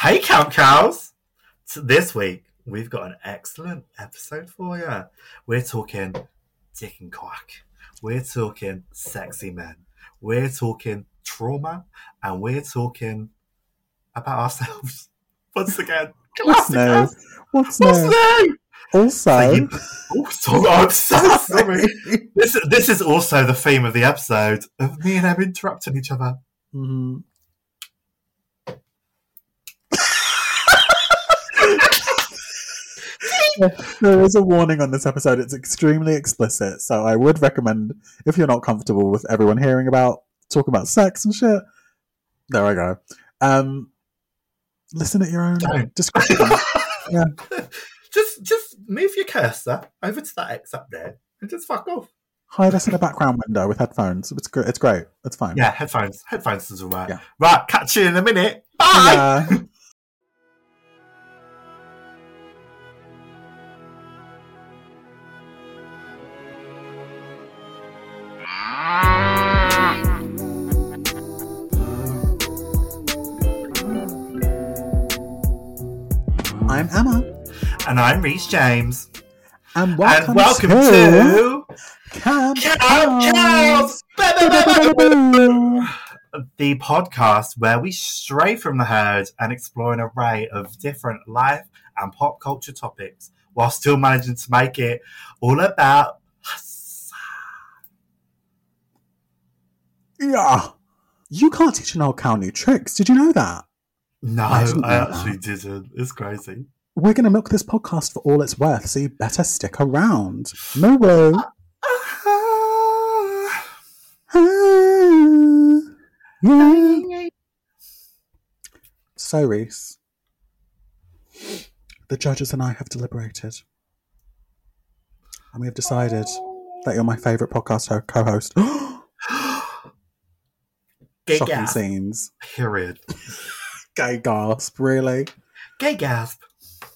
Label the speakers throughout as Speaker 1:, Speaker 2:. Speaker 1: Hey, Count Cows! So this week, we've got an excellent episode for you. We're talking dick and quack. We're talking sexy men. We're talking trauma. And we're talking about ourselves. Once again.
Speaker 2: What's no? What's
Speaker 1: What's
Speaker 2: no?
Speaker 1: new?
Speaker 2: Also,
Speaker 1: Also, I'm so Oh, sorry. this, this is also the theme of the episode of me and Em interrupting each other.
Speaker 2: Mhm. there is a warning on this episode. It's extremely explicit, so I would recommend if you're not comfortable with everyone hearing about talking about sex and shit. There I go. Um, listen at your own
Speaker 1: Don't.
Speaker 2: discretion.
Speaker 1: just just move your cursor over to that X up there and just fuck off.
Speaker 2: Hide us in a background window with headphones. It's gr- it's great. It's fine.
Speaker 1: Yeah, headphones. Headphones is alright.
Speaker 2: Yeah.
Speaker 1: Right, catch you in a minute. Bye.
Speaker 2: Yeah. I'm Emma,
Speaker 1: And I'm Reese James.
Speaker 2: and welcome,
Speaker 1: and welcome
Speaker 2: to,
Speaker 1: to
Speaker 2: Camp
Speaker 1: Count
Speaker 2: Cows.
Speaker 1: Cows! Ba, ba, ba, ba, ba. The podcast where we stray from the herd and explore an array of different life and pop culture topics while still managing to make it all about us.
Speaker 2: Yeah, you can't teach an old cow new tricks. Did you know that?
Speaker 1: No,
Speaker 2: I didn't
Speaker 1: I
Speaker 2: know that.
Speaker 1: actually didn't. It's crazy.
Speaker 2: We're going to milk this podcast for all it's worth, so you better stick around. No way. Ah. Yeah. So, Reese, the judges and I have deliberated. And we have decided that you're my favourite podcast ho- co host.
Speaker 1: Gay
Speaker 2: Shocking
Speaker 1: gasp.
Speaker 2: scenes.
Speaker 1: Period.
Speaker 2: Gay gasp, really.
Speaker 1: Gay gasp.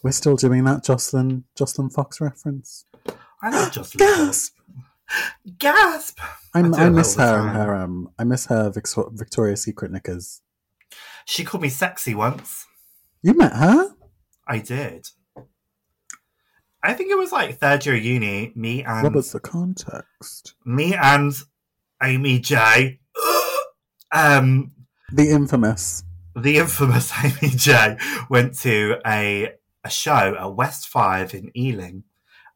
Speaker 2: We're still doing that Jocelyn Jocelyn Fox reference.
Speaker 1: I love Jocelyn.
Speaker 2: Gasp!
Speaker 1: Gasp.
Speaker 2: I'm,
Speaker 1: I do
Speaker 2: I,
Speaker 1: it
Speaker 2: miss
Speaker 1: all the
Speaker 2: her. and
Speaker 1: time.
Speaker 2: Her um, I miss her Victor- Victoria's Secret knickers.
Speaker 1: She called me sexy once.
Speaker 2: You met her?
Speaker 1: I did. I think it was like third year uni. Me and
Speaker 2: what was the context?
Speaker 1: me and Amy J. um,
Speaker 2: The infamous.
Speaker 1: the infamous Amy J. Went to a a show at West Five in Ealing,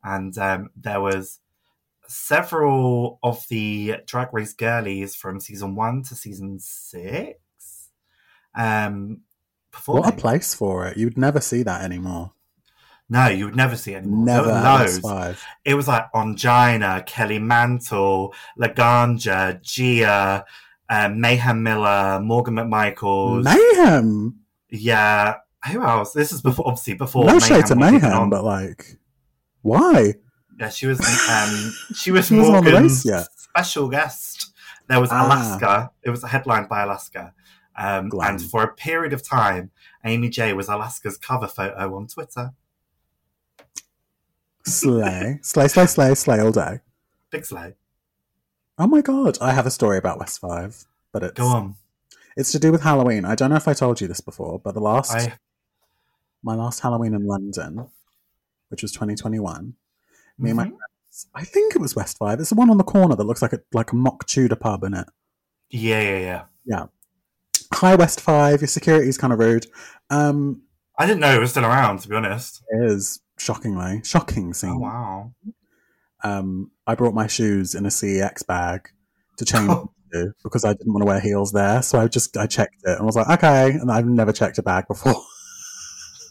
Speaker 1: and um, there was several of the Drag Race girlies from season one to season six. Um, performing.
Speaker 2: What a place for it. You'd never see that anymore.
Speaker 1: No, you would never see it anymore. There
Speaker 2: Never.
Speaker 1: were
Speaker 2: at
Speaker 1: loads.
Speaker 2: X Five.
Speaker 1: It was like Angina, Kelly Mantle, Laganja, Gia, um, Mayhem Miller, Morgan McMichaels.
Speaker 2: Mayhem.
Speaker 1: yeah. Who else? This is before, obviously before.
Speaker 2: no shade to
Speaker 1: was even
Speaker 2: mayhem,
Speaker 1: on.
Speaker 2: but like, why?
Speaker 1: yeah, she was. Um, she was
Speaker 2: She wasn't on the
Speaker 1: Morgan's
Speaker 2: race yet.
Speaker 1: special guest. There was
Speaker 2: Ah.
Speaker 1: Alaska. It was headlined by Alaska, um,
Speaker 2: Glam.
Speaker 1: and for a period of time, Amy J was Alaska's cover photo on Twitter.
Speaker 2: Slay, slay, slay, slay, slay all day.
Speaker 1: Big slay.
Speaker 2: Oh my god, I have a story about West Five, but it's
Speaker 1: Go on.
Speaker 2: it's to do with Halloween. I don't know if I told you this before, but the last
Speaker 1: I
Speaker 2: my last Halloween in London, which was 2021, me and my
Speaker 1: Mhm.
Speaker 2: friends, I think it was West Five. It's the one on the corner that looks like a like a mock Tudor pub in it.
Speaker 1: Yeah, yeah, yeah.
Speaker 2: Hi West Five, your security's kind of rude. Um,
Speaker 1: I didn't know it was still around. To be honest.
Speaker 2: it is shockingly shocking scene.
Speaker 1: Oh wow.
Speaker 2: um, I brought my shoes in a CEX bag to change
Speaker 1: Oh.
Speaker 2: to because I didn't want to wear heels there. So I just I checked it and was like, okay. And I've never checked a bag before.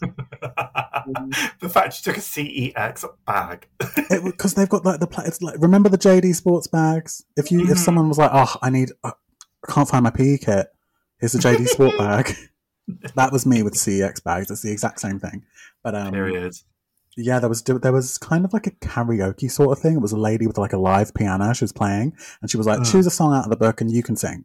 Speaker 1: the fact you took a CEX bag.
Speaker 2: Because they've got like the pla- it's like remember the JD Sports bags. If you if
Speaker 1: Mhm.
Speaker 2: someone was like, oh, I need, I can't find my PE kit. Here's the JD Sport bag. That was me with CEX bags. It's the exact same thing. But um,
Speaker 1: Period.
Speaker 2: Yeah, there was there was kind of like a karaoke sort of thing. It was a lady with like a live piano she was playing, and she was like,
Speaker 1: Oh.
Speaker 2: "Choose a song out of the book, and you can sing."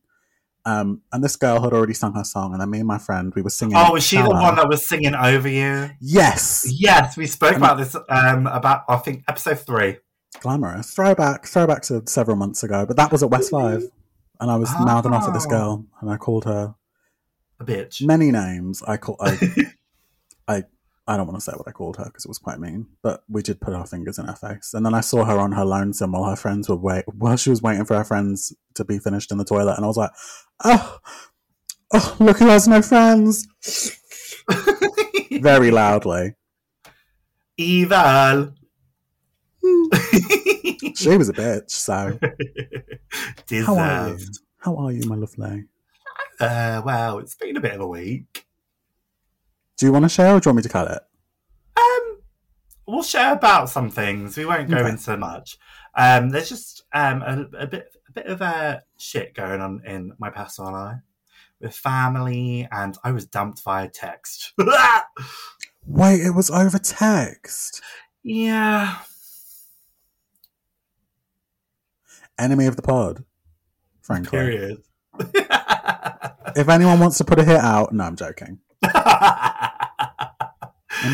Speaker 2: Um, and this girl had already sung her song, and then me and my friend we were singing.
Speaker 1: Oh, was she the
Speaker 2: Shallow.
Speaker 1: one that was singing over you?
Speaker 2: Yes,
Speaker 1: Yes, we spoke
Speaker 2: Um,
Speaker 1: about this um about I think episode three.
Speaker 2: glamorous throwback, throwback to several months ago. But that was at West Live, and I was mouthing off at this
Speaker 1: Oh.
Speaker 2: girl, and I called her
Speaker 1: a bitch.
Speaker 2: Many names. I call. I, I, I don't want to say what I called her because it was quite mean. But we did put our fingers in her face, and then I saw her on her lonesome while her friends were wait while she was waiting for her friends to be finished in the toilet, and I was like, oh, oh look who has no friends, very loudly.
Speaker 1: Evil.
Speaker 2: She was a bitch. So how are you?
Speaker 1: Deserved.
Speaker 2: How are you, my lovely?
Speaker 1: Uh, well, it's been a bit of a week.
Speaker 2: Do you want to share or do you want me to cut it?
Speaker 1: Um, we'll share about some things. We won't go
Speaker 2: Okay.
Speaker 1: into much. Um, there's just um a, a bit a bit of uh, shit going on in my personal life with family, and I was dumped via text.
Speaker 2: Wait, it was over text.
Speaker 1: yeah,
Speaker 2: Enemy of the pod. Frankly,
Speaker 1: period.
Speaker 2: if anyone wants to put a hit out, no, I'm joking. I'm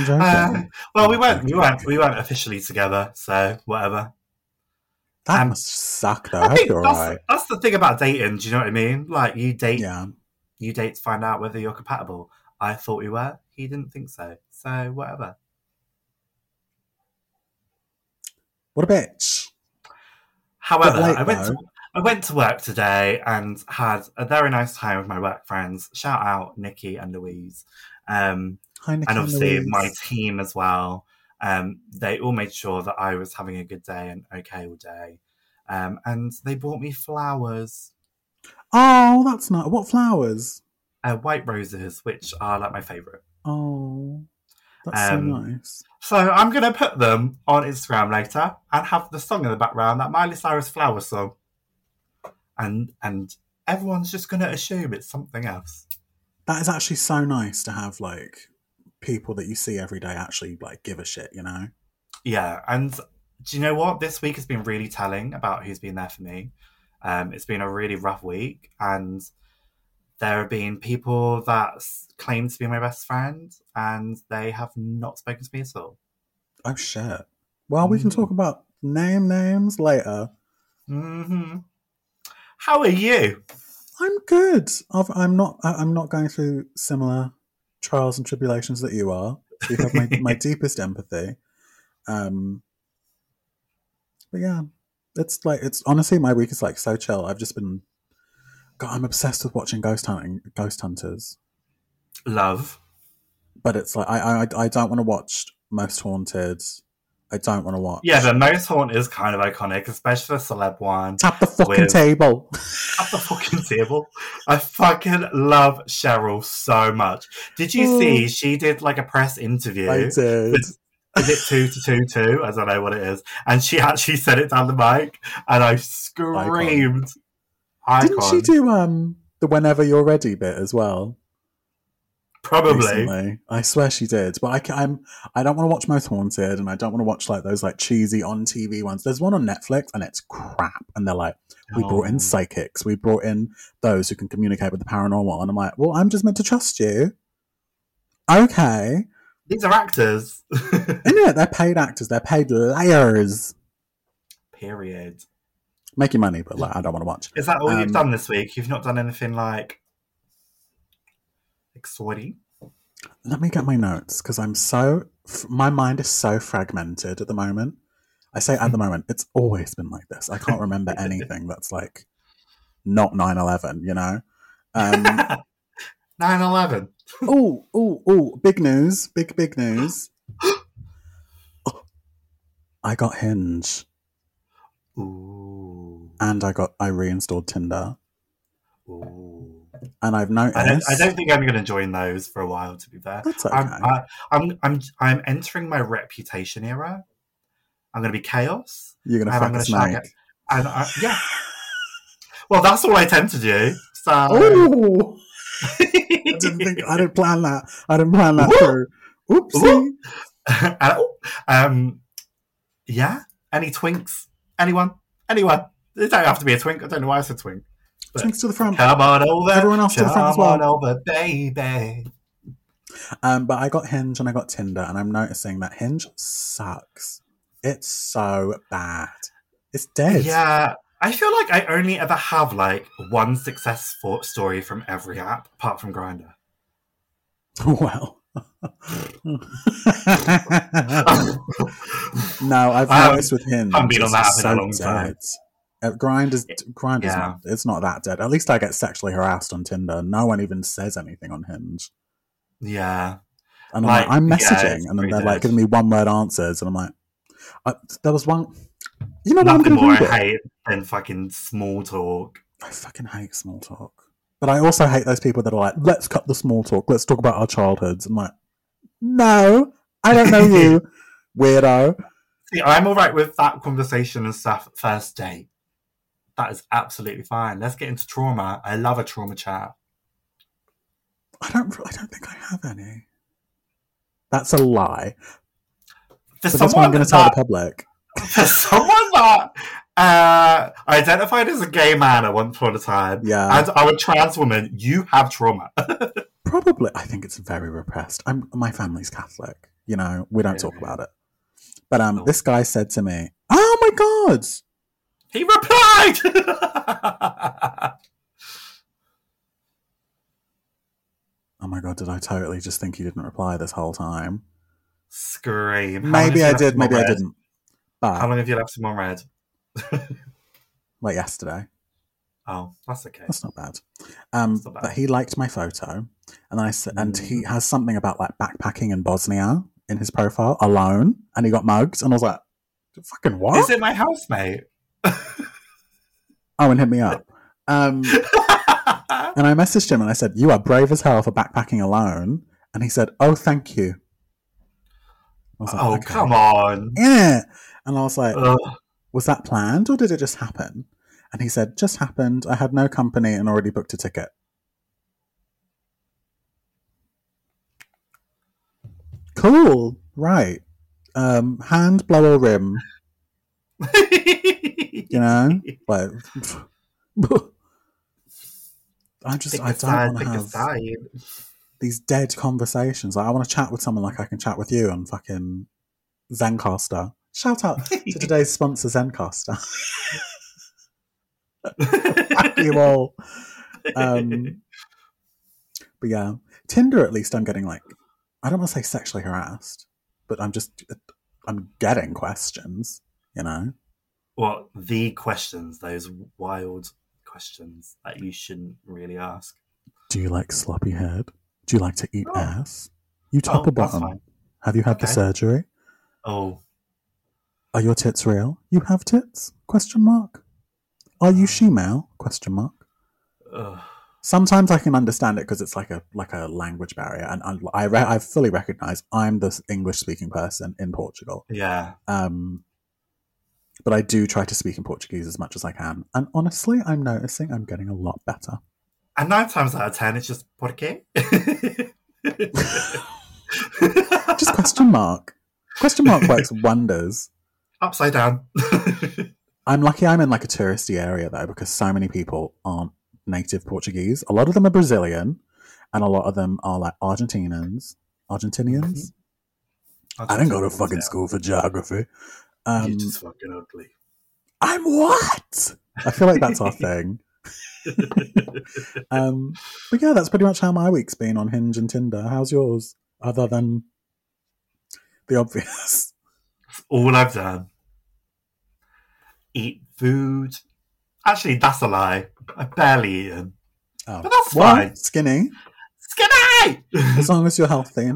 Speaker 2: joking.
Speaker 1: Uh, well, we weren't we weren't we weren't officially together, so whatever.
Speaker 2: that
Speaker 1: um,
Speaker 2: must suck, though. I,
Speaker 1: I
Speaker 2: hope
Speaker 1: think
Speaker 2: you're
Speaker 1: that's,
Speaker 2: alright.
Speaker 1: that's the thing about dating. Do you know what I mean? Like you date,
Speaker 2: Yeah,
Speaker 1: you date to find out whether you're compatible. I thought we were. He didn't think so. So whatever.
Speaker 2: what a bitch.
Speaker 1: However,
Speaker 2: late,
Speaker 1: I went to,
Speaker 2: though.
Speaker 1: I went to work today and had a very nice time with my work friends. Shout out Nikki and Louise, um,
Speaker 2: Hi, Nikki
Speaker 1: and obviously
Speaker 2: Louise.
Speaker 1: my team as well. Um, they all made sure that I was having a good day and okay all day, um, and they bought me flowers.
Speaker 2: Oh, that's not what flowers.
Speaker 1: Uh, white roses, which are like my favourite.
Speaker 2: Oh, that's
Speaker 1: Um,
Speaker 2: so nice.
Speaker 1: So I'm going to put them on Instagram later and have the song in the background, that Miley Cyrus flower song. And and everyone's just going to assume it's something else.
Speaker 2: That is actually so nice to have like people that you see every day actually like give a shit. You know.
Speaker 1: Yeah, and do you know what? This week has been really telling about who's been there for me. Um, it's been a really rough week, and there have been people that s- claim to be my best friend, and they have not spoken to me at all.
Speaker 2: Oh shit. Well, we can
Speaker 1: Mm.
Speaker 2: talk about name names later.
Speaker 1: hmm How are you?
Speaker 2: I'm good. I've, I'm not. I- I'm not going through similar trials and tribulations that you are. You have my, my deepest empathy. Um, but yeah, it's like it's honestly my week is like so chill. I've just been. God, I'm obsessed with watching ghost hunting, ghost hunters.
Speaker 1: Love.
Speaker 2: But it's like I I, I don't want to watch Most Haunted. I don't want to watch.
Speaker 1: Yeah, the mouse horn is kind of iconic, especially the celeb one.
Speaker 2: tap the fucking
Speaker 1: with-
Speaker 2: table.
Speaker 1: Up the fucking table. I fucking love Cheryl so much. Did you see she did like a press interview?
Speaker 2: Mm. I did.
Speaker 1: Is it two to two two? I don't know what it is. And she actually said it down the mic and I screamed. Icon.
Speaker 2: Didn't she do um the whenever you're ready bit as well?
Speaker 1: Probably.
Speaker 2: recently. I swear she did, but I ca- I'm I don't want to watch Most Haunted, and I don't want to watch like those like cheesy on TV ones. There's one on Netflix, and it's crap. And they're like, we brought in
Speaker 1: Oh.
Speaker 2: psychics, we brought in those who can communicate with the paranormal, and I'm like, well, I'm just meant to trust you. Okay,
Speaker 1: These are actors.
Speaker 2: in it, they're paid actors, they're paid layers,
Speaker 1: Period.
Speaker 2: making money, but like, I don't want to watch.
Speaker 1: Is that all
Speaker 2: Um,
Speaker 1: you've done this week? You've not done anything like exciting?
Speaker 2: Let me get my notes because I'm so f- my mind is so fragmented at the moment. I say at the moment, it's always been like this. I can't remember anything that's like not 9/11, you know. Um,
Speaker 1: 9 11.
Speaker 2: oh, oh, oh! Big news! Big, big news! I got Hinge
Speaker 1: Ooh.
Speaker 2: and I got I reinstalled Tinder
Speaker 1: Ooh.
Speaker 2: and I've noticed.
Speaker 1: I don't, I don't think I'm going to join those for a while. To be fair,
Speaker 2: that's okay.
Speaker 1: I'm, I, I'm I'm I'm entering my reputation era. I'm going to be chaos,
Speaker 2: You're gonna
Speaker 1: and I'm
Speaker 2: fuck a
Speaker 1: gonna shag
Speaker 2: snake.
Speaker 1: and I, yeah. Well, that's all I tend to do. So
Speaker 2: Oh, I didn't think I didn't plan that. I didn't plan that through. Oopsie.
Speaker 1: And- oh, um, yeah. Any twinks? Anyone? Anyone? It don't have to be a twink. I don't know why I said twink. But-
Speaker 2: Thanks to the front.
Speaker 1: Come on over.
Speaker 2: Everyone else to the front as
Speaker 1: Come
Speaker 2: well.
Speaker 1: on over, baby.
Speaker 2: Um, but I got Hinge and I got Tinder, and I'm noticing that Hinge sucks. It's so bad. It's dead.
Speaker 1: Yeah, I feel like I only ever have like one success fo- story from every app apart from Grinder.
Speaker 2: Wow. no, I've
Speaker 1: I
Speaker 2: noticed with him.
Speaker 1: Um, haven't been on that app
Speaker 2: it's
Speaker 1: in a
Speaker 2: so
Speaker 1: long time.
Speaker 2: dead. Uh, grind is grind is
Speaker 1: Yeah.
Speaker 2: not. It's not that dead. At least I get sexually harassed on Tinder. No one even says anything on Hinge,
Speaker 1: yeah.
Speaker 2: and I'm
Speaker 1: Like,
Speaker 2: like, I'm
Speaker 1: yeah,
Speaker 2: messaging,
Speaker 1: it's
Speaker 2: and then
Speaker 1: pretty
Speaker 2: they're
Speaker 1: dead.
Speaker 2: like giving me one word answers, and I'm like, I, there was one. You know what? I'm
Speaker 1: Nothing
Speaker 2: going to
Speaker 1: more I
Speaker 2: read it.
Speaker 1: hate than fucking small talk.
Speaker 2: I fucking hate small talk. But I also hate those people that are like, let's cut the small talk. Let's talk about our childhoods. I'm like, no, I don't know you, weirdo.
Speaker 1: See, I'm all right with that conversation and stuff at first date. That is absolutely fine. Let's get into trauma. I love a trauma chat.
Speaker 2: I don't. I don't think I have any. That's a lie.
Speaker 1: For
Speaker 2: But that's what I'm going to tell the public.
Speaker 1: for someone that uh, identified as a gay man at one point of time,
Speaker 2: Yeah,
Speaker 1: and I'm a trans woman, you have trauma.
Speaker 2: probably. I think it's very repressed. I'm. My family's Catholic. You know, we don't talk about it. But um,
Speaker 1: Cool.
Speaker 2: this guy said to me, "Oh my god,
Speaker 1: he replied.
Speaker 2: oh my god, did I totally just think you didn't reply this whole time?
Speaker 1: Scream. How long have
Speaker 2: Maybe
Speaker 1: you
Speaker 2: I
Speaker 1: left
Speaker 2: did.
Speaker 1: someone
Speaker 2: Maybe I
Speaker 1: red?
Speaker 2: didn't. But
Speaker 1: How long have you left someone red?
Speaker 2: like yesterday.
Speaker 1: Oh, that's okay.
Speaker 2: That's not bad. Um,
Speaker 1: That's not bad.
Speaker 2: But he liked my photo, and I s- and
Speaker 1: Mm.
Speaker 2: he has something about like backpacking in Bosnia in his profile alone, and he got mugged, and I was like, "Fucking what?"
Speaker 1: Is it my housemate?
Speaker 2: Oh, and hit me up. Um,
Speaker 1: Oh,
Speaker 2: and I messaged him and I said, "You are brave as hell for backpacking alone," and he said, "Oh, thank you." I was like,
Speaker 1: oh,
Speaker 2: "Okay."
Speaker 1: come on.
Speaker 2: Yeah, and I was like,
Speaker 1: Ugh.
Speaker 2: "Was that planned or did it just happen?" And he said, "Just happened. I had no company and already booked a ticket." Cool. Right. Um, hand blower rim. You know, like. I just
Speaker 1: Pick
Speaker 2: I
Speaker 1: a
Speaker 2: don't
Speaker 1: side,
Speaker 2: want
Speaker 1: pick
Speaker 2: to
Speaker 1: a
Speaker 2: have
Speaker 1: side.
Speaker 2: these dead conversations. Like, I want to chat with someone like I can chat with you on fucking Zencaster. Shout out to today's sponsor, Zencaster. Fuck you all. Um, but yeah, Tinder at least I'm getting like, I don't want to say sexually harassed, but I'm just, uh, I'm getting questions, you know?
Speaker 1: well, the questions, those wild questions that you shouldn't really ask.
Speaker 2: Do you like sloppy head? Do you like to eat
Speaker 1: Oh.
Speaker 2: ass? You
Speaker 1: Oh,
Speaker 2: top or
Speaker 1: that's
Speaker 2: bottom?
Speaker 1: fine.
Speaker 2: Have you had the
Speaker 1: Okay.
Speaker 2: surgery?
Speaker 1: Oh,
Speaker 2: Are your tits real? You have tits? Question mark. Are
Speaker 1: Um.
Speaker 2: you she-male? Question mark.
Speaker 1: ugh.
Speaker 2: Sometimes I can understand it because it's like a like a language barrier, and I I, re- I fully recognize I'm the English-speaking person in Portugal.
Speaker 1: yeah.
Speaker 2: Um, but I do try to speak in Portuguese as much as I can, and honestly, I'm noticing I'm getting a lot better.
Speaker 1: And nine times out of ten, it's just por qué?
Speaker 2: Just question mark. question mark works wonders.
Speaker 1: upside down.
Speaker 2: I'm lucky I'm in like a touristy area though, because so many people aren't native Portuguese. A lot of them are Brazilian, and a lot of them are like Argentinians. Argentinians. I didn't go to fucking school for geography. Um,
Speaker 1: You're just fucking ugly.
Speaker 2: I'm what? I feel like that's our thing. Um, but yeah, that's pretty much how my week's been on Hinge and Tinder. How's yours? Other than the obvious.
Speaker 1: That's all I've done. Eat food. Actually, that's a lie. I barely eaten.
Speaker 2: Oh,
Speaker 1: But that's
Speaker 2: well,
Speaker 1: fine.
Speaker 2: Skinny,
Speaker 1: Skinny!
Speaker 2: as long as you're healthy.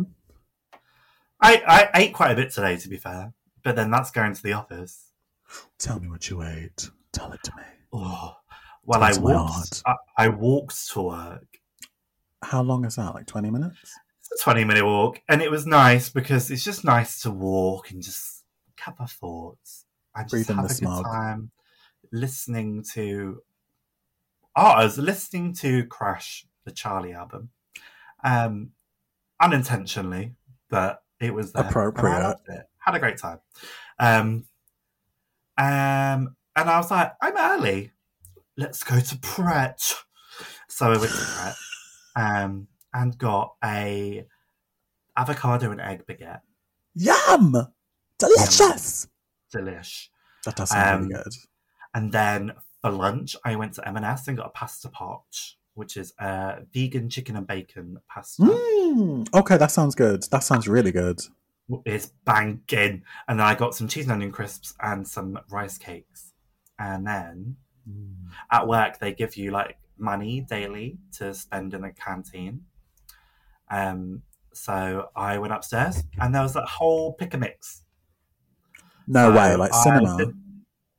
Speaker 1: I, I ate quite a bit today, to be fair. But then that's going to the office.
Speaker 2: Tell me what you ate. Tell it to me.
Speaker 1: Oh, well, I
Speaker 2: That's my
Speaker 1: walked. I, I walked to work.
Speaker 2: How long is that? Like 20 minutes?
Speaker 1: It's a twenty-minute walk, and it was nice because it's just nice to walk and just gather thoughts and just
Speaker 2: Breathe in
Speaker 1: have
Speaker 2: the
Speaker 1: a good
Speaker 2: smog.
Speaker 1: time listening to. Oh, I was listening to Crash, the Charlie album, um, unintentionally, but it was there. and I
Speaker 2: Appropriate.
Speaker 1: loved it. Had a great time. Um, um, and I was like, I'm early. Let's go to Pret. So I went to Pret um, and got a avocado and egg baguette.
Speaker 2: Yum! Delicious!
Speaker 1: Delish.
Speaker 2: That does sound
Speaker 1: Um,
Speaker 2: really good.
Speaker 1: And then For lunch, I went to M&S and got a pasta parch, which is uh, vegan chicken and bacon pasta.
Speaker 2: Mm, okay, that sounds good. That sounds really good.
Speaker 1: It's banging. And then I got some cheese and onion crisps and some rice cakes. And then
Speaker 2: mm.
Speaker 1: at work, they give you like money daily to spend in the canteen. Um, so I went upstairs and there was that whole pick a mix.
Speaker 2: No
Speaker 1: So
Speaker 2: way, Oh, like
Speaker 1: I
Speaker 2: cinema.
Speaker 1: did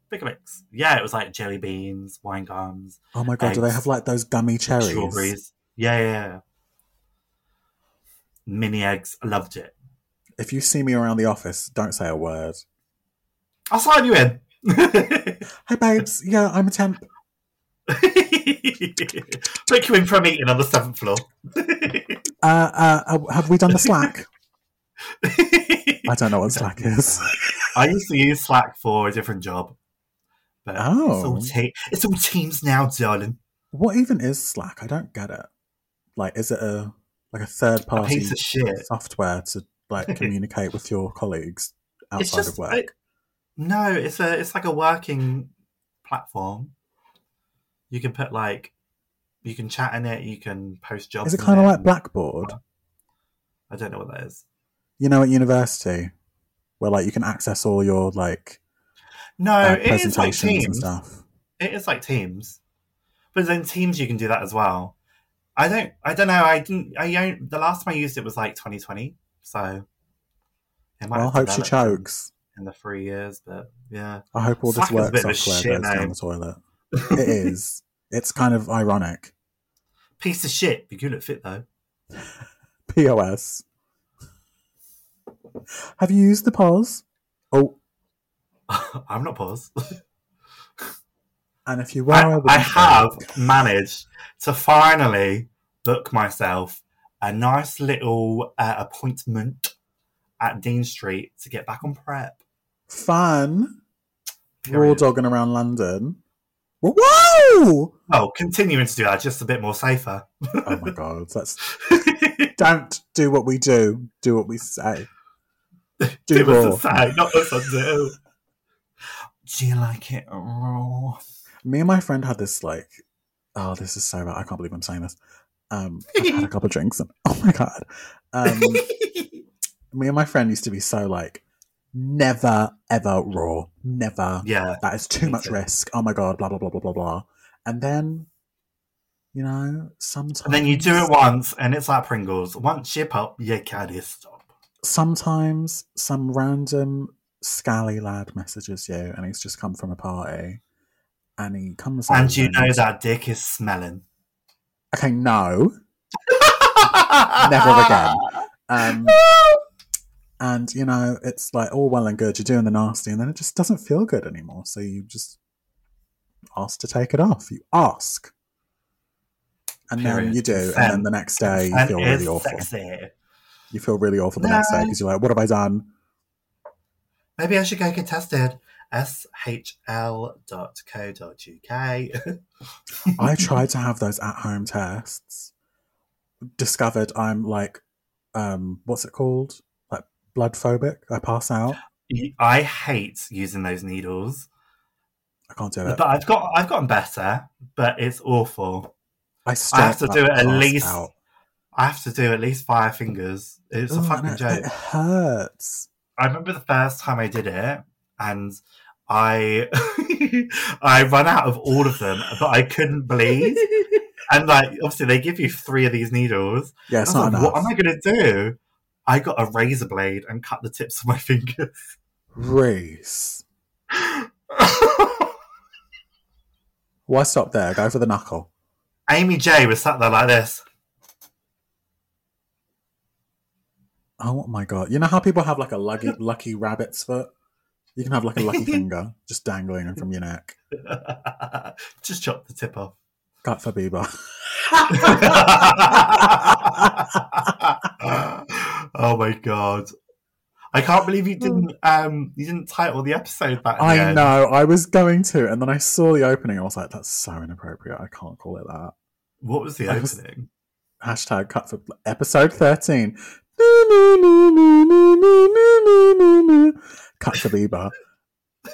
Speaker 1: Pick a mix. Yeah, it was like jelly beans, wine gums,
Speaker 2: oh my god, do they
Speaker 1: eggs,
Speaker 2: have like those gummy cherries?
Speaker 1: strawberries. Yeah, yeah, yeah. Mini eggs. I loved it.
Speaker 2: If you see me around the office, don't say a word.
Speaker 1: I'll sign you in.
Speaker 2: Hey babes, yeah, I'm a temp.
Speaker 1: Take you in for a meeting on the seventh floor.
Speaker 2: Uh, uh, uh, have we done the Slack? I don't know what Slack is.
Speaker 1: I used to use Slack for a different job. But it's, all
Speaker 2: Oh.
Speaker 1: te- it's all teams now, darling.
Speaker 2: What even is Slack? I don't get it. Like, is it a like a third
Speaker 1: A
Speaker 2: party
Speaker 1: piece of shit.
Speaker 2: software to like communicate with your colleagues
Speaker 1: It's
Speaker 2: outside
Speaker 1: just
Speaker 2: of work?
Speaker 1: like- no, it's a it's like a working platform. You can put like you can chat in it, you can post jobs.
Speaker 2: is it
Speaker 1: in
Speaker 2: kind of like
Speaker 1: and-
Speaker 2: Blackboard?
Speaker 1: I don't know what that is.
Speaker 2: You know, at university, where like you can access all your like
Speaker 1: No,
Speaker 2: uh,
Speaker 1: it is like
Speaker 2: presentations and
Speaker 1: Teams.
Speaker 2: stuff.
Speaker 1: It is like Teams, but then Teams you can do that as well. I don't. I don't know. I didn't. I don't, the last time I used it was like 2020, so. It might
Speaker 2: Well, I
Speaker 1: have
Speaker 2: hope she
Speaker 1: developed
Speaker 2: chokes.
Speaker 1: in the three years, but yeah,
Speaker 2: I hope all
Speaker 1: Slack
Speaker 2: this
Speaker 1: is a
Speaker 2: work
Speaker 1: bit of a
Speaker 2: software
Speaker 1: shit
Speaker 2: goes down
Speaker 1: name.
Speaker 2: the toilet. It is. It's kind of ironic.
Speaker 1: piece of shit. Be good at fit though.
Speaker 2: POS. Have you used the pause? Oh,
Speaker 1: I'm not paused.
Speaker 2: and if you were,
Speaker 1: I,
Speaker 2: wouldn't
Speaker 1: I
Speaker 2: say.
Speaker 1: have managed to finally book myself a nice little uh, appointment at Dean Street to get back on prep.
Speaker 2: fun raw
Speaker 1: period.
Speaker 2: dogging around London. Whoa! oh
Speaker 1: Oh, continuing to do that, just a bit more safer.
Speaker 2: my god, that's don't do what we do. Do what we say. Do
Speaker 1: Do us
Speaker 2: raw.
Speaker 1: a say, not us a do. Do you like it raw?
Speaker 2: Me and my friend had this like, oh, this is so bad. I can't believe I'm saying this. Um, I've had a couple of drinks and oh my god. Um, me and my friend used to be so like, never ever raw, never.
Speaker 1: yeah,
Speaker 2: That is too
Speaker 1: Me
Speaker 2: much
Speaker 1: too.
Speaker 2: risk. Oh my god, blah blah blah blah blah blah. And then, you know, sometimes
Speaker 1: and then you do it once, and it's like Pringles. Once you pop, you can't stop.
Speaker 2: sometimes some random scally lad messages you and he's just come from a party and he comes
Speaker 1: And you
Speaker 2: over
Speaker 1: know that dick is smelling.
Speaker 2: okay no
Speaker 1: Never
Speaker 2: again. um and you know it's like all well and good you're doing the nasty and then it just doesn't feel good anymore so you just ask to take it off you ask and then
Speaker 1: Period.
Speaker 2: you do and then
Speaker 1: Consent.
Speaker 2: the next day you
Speaker 1: And
Speaker 2: feel
Speaker 1: it's
Speaker 2: really awful
Speaker 1: sexy.
Speaker 2: you feel really awful the next day because you're like what have i done
Speaker 1: Maybe I should go get tested. shl.co.uk.
Speaker 2: I tried to have those at home tests. Discovered I'm like, um, what's it called? Like blood phobic. I pass out.
Speaker 1: I hate using those needles,
Speaker 2: I can't do it.
Speaker 1: but I've got I've gotten better, but it's awful.
Speaker 2: I,
Speaker 1: I have to
Speaker 2: start
Speaker 1: do it at
Speaker 2: pass
Speaker 1: least.
Speaker 2: out.
Speaker 1: I have to do at least five fingers. It's a
Speaker 2: Ugh,
Speaker 1: fucking
Speaker 2: and it,
Speaker 1: joke.
Speaker 2: It Oh, hurts.
Speaker 1: I remember the first time I did it, and I I ran out of all of them, but I couldn't bleed. And like, obviously, they give you three of these needles.
Speaker 2: Yeah, it's
Speaker 1: I was
Speaker 2: not
Speaker 1: like,
Speaker 2: enough.
Speaker 1: What am I going to do? I got a razor blade and cut the tips of my fingers.
Speaker 2: Reese. Why stop there? Go for the knuckle.
Speaker 1: Amy J was sat there like this.
Speaker 2: Oh my god! You know how people have like a lucky, lucky rabbit's foot. You can have like a lucky finger just dangling from your neck.
Speaker 1: Just chop the tip off.
Speaker 2: Gut for Bieber.
Speaker 1: oh my god. I can't believe you didn't um you didn't title the episode that. in the
Speaker 2: I
Speaker 1: end.
Speaker 2: know. I was going to, and then I saw the opening. I was like, "That's so inappropriate. I can't call it that."
Speaker 1: What was the
Speaker 2: I was-
Speaker 1: opening?
Speaker 2: Hashtag cut for episode thirteen. No, no, no, no, no, no, no, no, no. Cut for Bieber.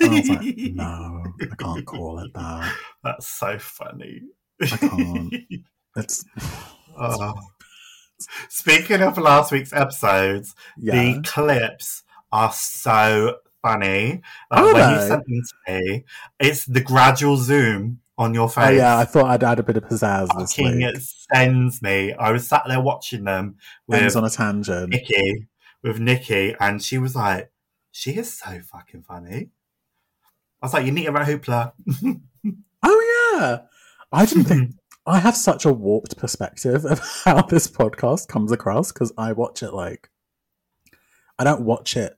Speaker 2: And I was like, no, I can't call it that.
Speaker 1: That's so funny.
Speaker 2: I can't. It's
Speaker 1: Oh. Speaking of last week's episodes,
Speaker 2: yeah.
Speaker 1: the clips are so funny. Like,
Speaker 2: Are
Speaker 1: when you
Speaker 2: they?
Speaker 1: sent them to me, it's the gradual zoom on your face.
Speaker 2: Oh, yeah, I thought I'd add a bit of pizzazz this
Speaker 1: Fucking
Speaker 2: week.
Speaker 1: sends me. I was sat there watching them
Speaker 2: Ends
Speaker 1: with
Speaker 2: on a tangent.
Speaker 1: Nikki, with Nikki, and she was like, "She is so fucking funny." I was like, "You need a hoopla."
Speaker 2: Oh yeah, I didn't think I have such a warped perspective of how this podcast comes across because I watch it like I don't watch it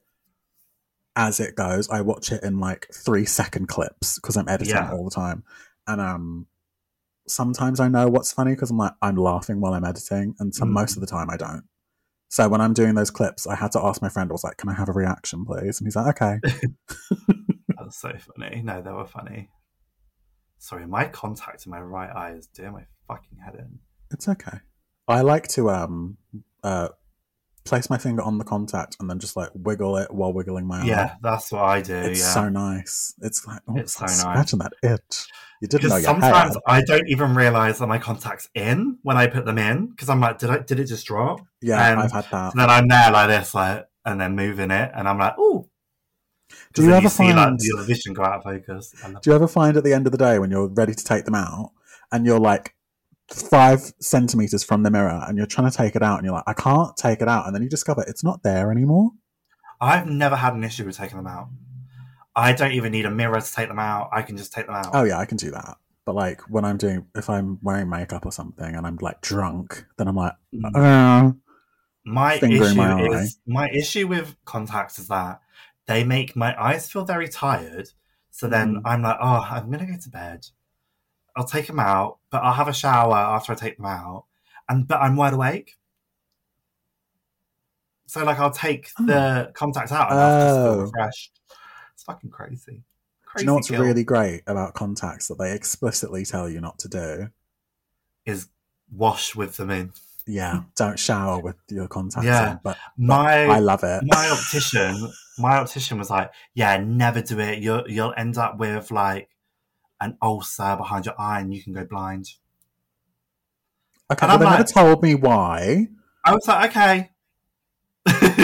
Speaker 2: as it goes. I watch it in like three second clips because I'm editing
Speaker 1: Yeah.
Speaker 2: all the time, and um, sometimes I know what's funny because I'm like I'm laughing while I'm editing, and so
Speaker 1: Mm.
Speaker 2: most of the time I don't. So when I'm doing those clips, I had to ask my friend. I was like, "Can I have a reaction, please?" And he's like, "Okay."
Speaker 1: That's so funny. No, they were funny. Sorry, my contact in my right eye is doing my fucking head in.
Speaker 2: It's okay. I like to um uh place my finger on the contact and then just like wiggle it while wiggling my eye.
Speaker 1: Yeah, that's what I do.
Speaker 2: It's
Speaker 1: yeah.
Speaker 2: so nice. It's like oh,
Speaker 1: It's
Speaker 2: it's
Speaker 1: so
Speaker 2: like
Speaker 1: nice.
Speaker 2: scratching that itch. You didn't know
Speaker 1: because
Speaker 2: you
Speaker 1: sometimes
Speaker 2: had.
Speaker 1: I don't even realize that my contacts in when I put them in because I'm like, did I did it just drop?
Speaker 2: Yeah,
Speaker 1: um,
Speaker 2: I've had that.
Speaker 1: And then I'm there like this, like, and then moving it, and I'm like, oh.
Speaker 2: Do you ever
Speaker 1: see like
Speaker 2: find-
Speaker 1: the other vision go out of focus? I love
Speaker 2: Do you ever find at the end of the day when you're ready to take them out and you're like five centimeters from the mirror and you're trying to take it out and you're like, I can't take it out, and then you discover it's not there anymore.
Speaker 1: I've never had an issue with taking them out. I don't even need a mirror to take them out. I can just take them out.
Speaker 2: Oh yeah, I can do that. But like when I'm doing, if I'm wearing makeup or something and I'm like drunk, then I'm like,
Speaker 1: Mm.
Speaker 2: uh,
Speaker 1: my
Speaker 2: finger in
Speaker 1: issue
Speaker 2: my eye.
Speaker 1: is my issue with contacts is that they make my eyes feel very tired. So then
Speaker 2: Mhm.
Speaker 1: I'm like, oh, I'm gonna go to bed. I'll take them out, but I'll have a shower after I take them out, and but I'm wide awake. So like, I'll take the contacts out and I'll
Speaker 2: Oh.
Speaker 1: just feel refreshed. It's fucking crazy.
Speaker 2: do
Speaker 1: Crazy
Speaker 2: you know what's
Speaker 1: guilt
Speaker 2: really great about contacts that they explicitly tell you not to do?
Speaker 1: is wash with them in.
Speaker 2: Yeah, don't shower with your contacts.
Speaker 1: Mm. Yeah.
Speaker 2: in, but
Speaker 1: My
Speaker 2: I love it.
Speaker 1: my optician, my optician was like, "Yeah, never do it. You'll you'll end up with like an ulcer behind your eye, and you can go blind."
Speaker 2: okay,
Speaker 1: and
Speaker 2: well,
Speaker 1: I'm
Speaker 2: they never
Speaker 1: like-
Speaker 2: told me why.
Speaker 1: I was like, "Okay."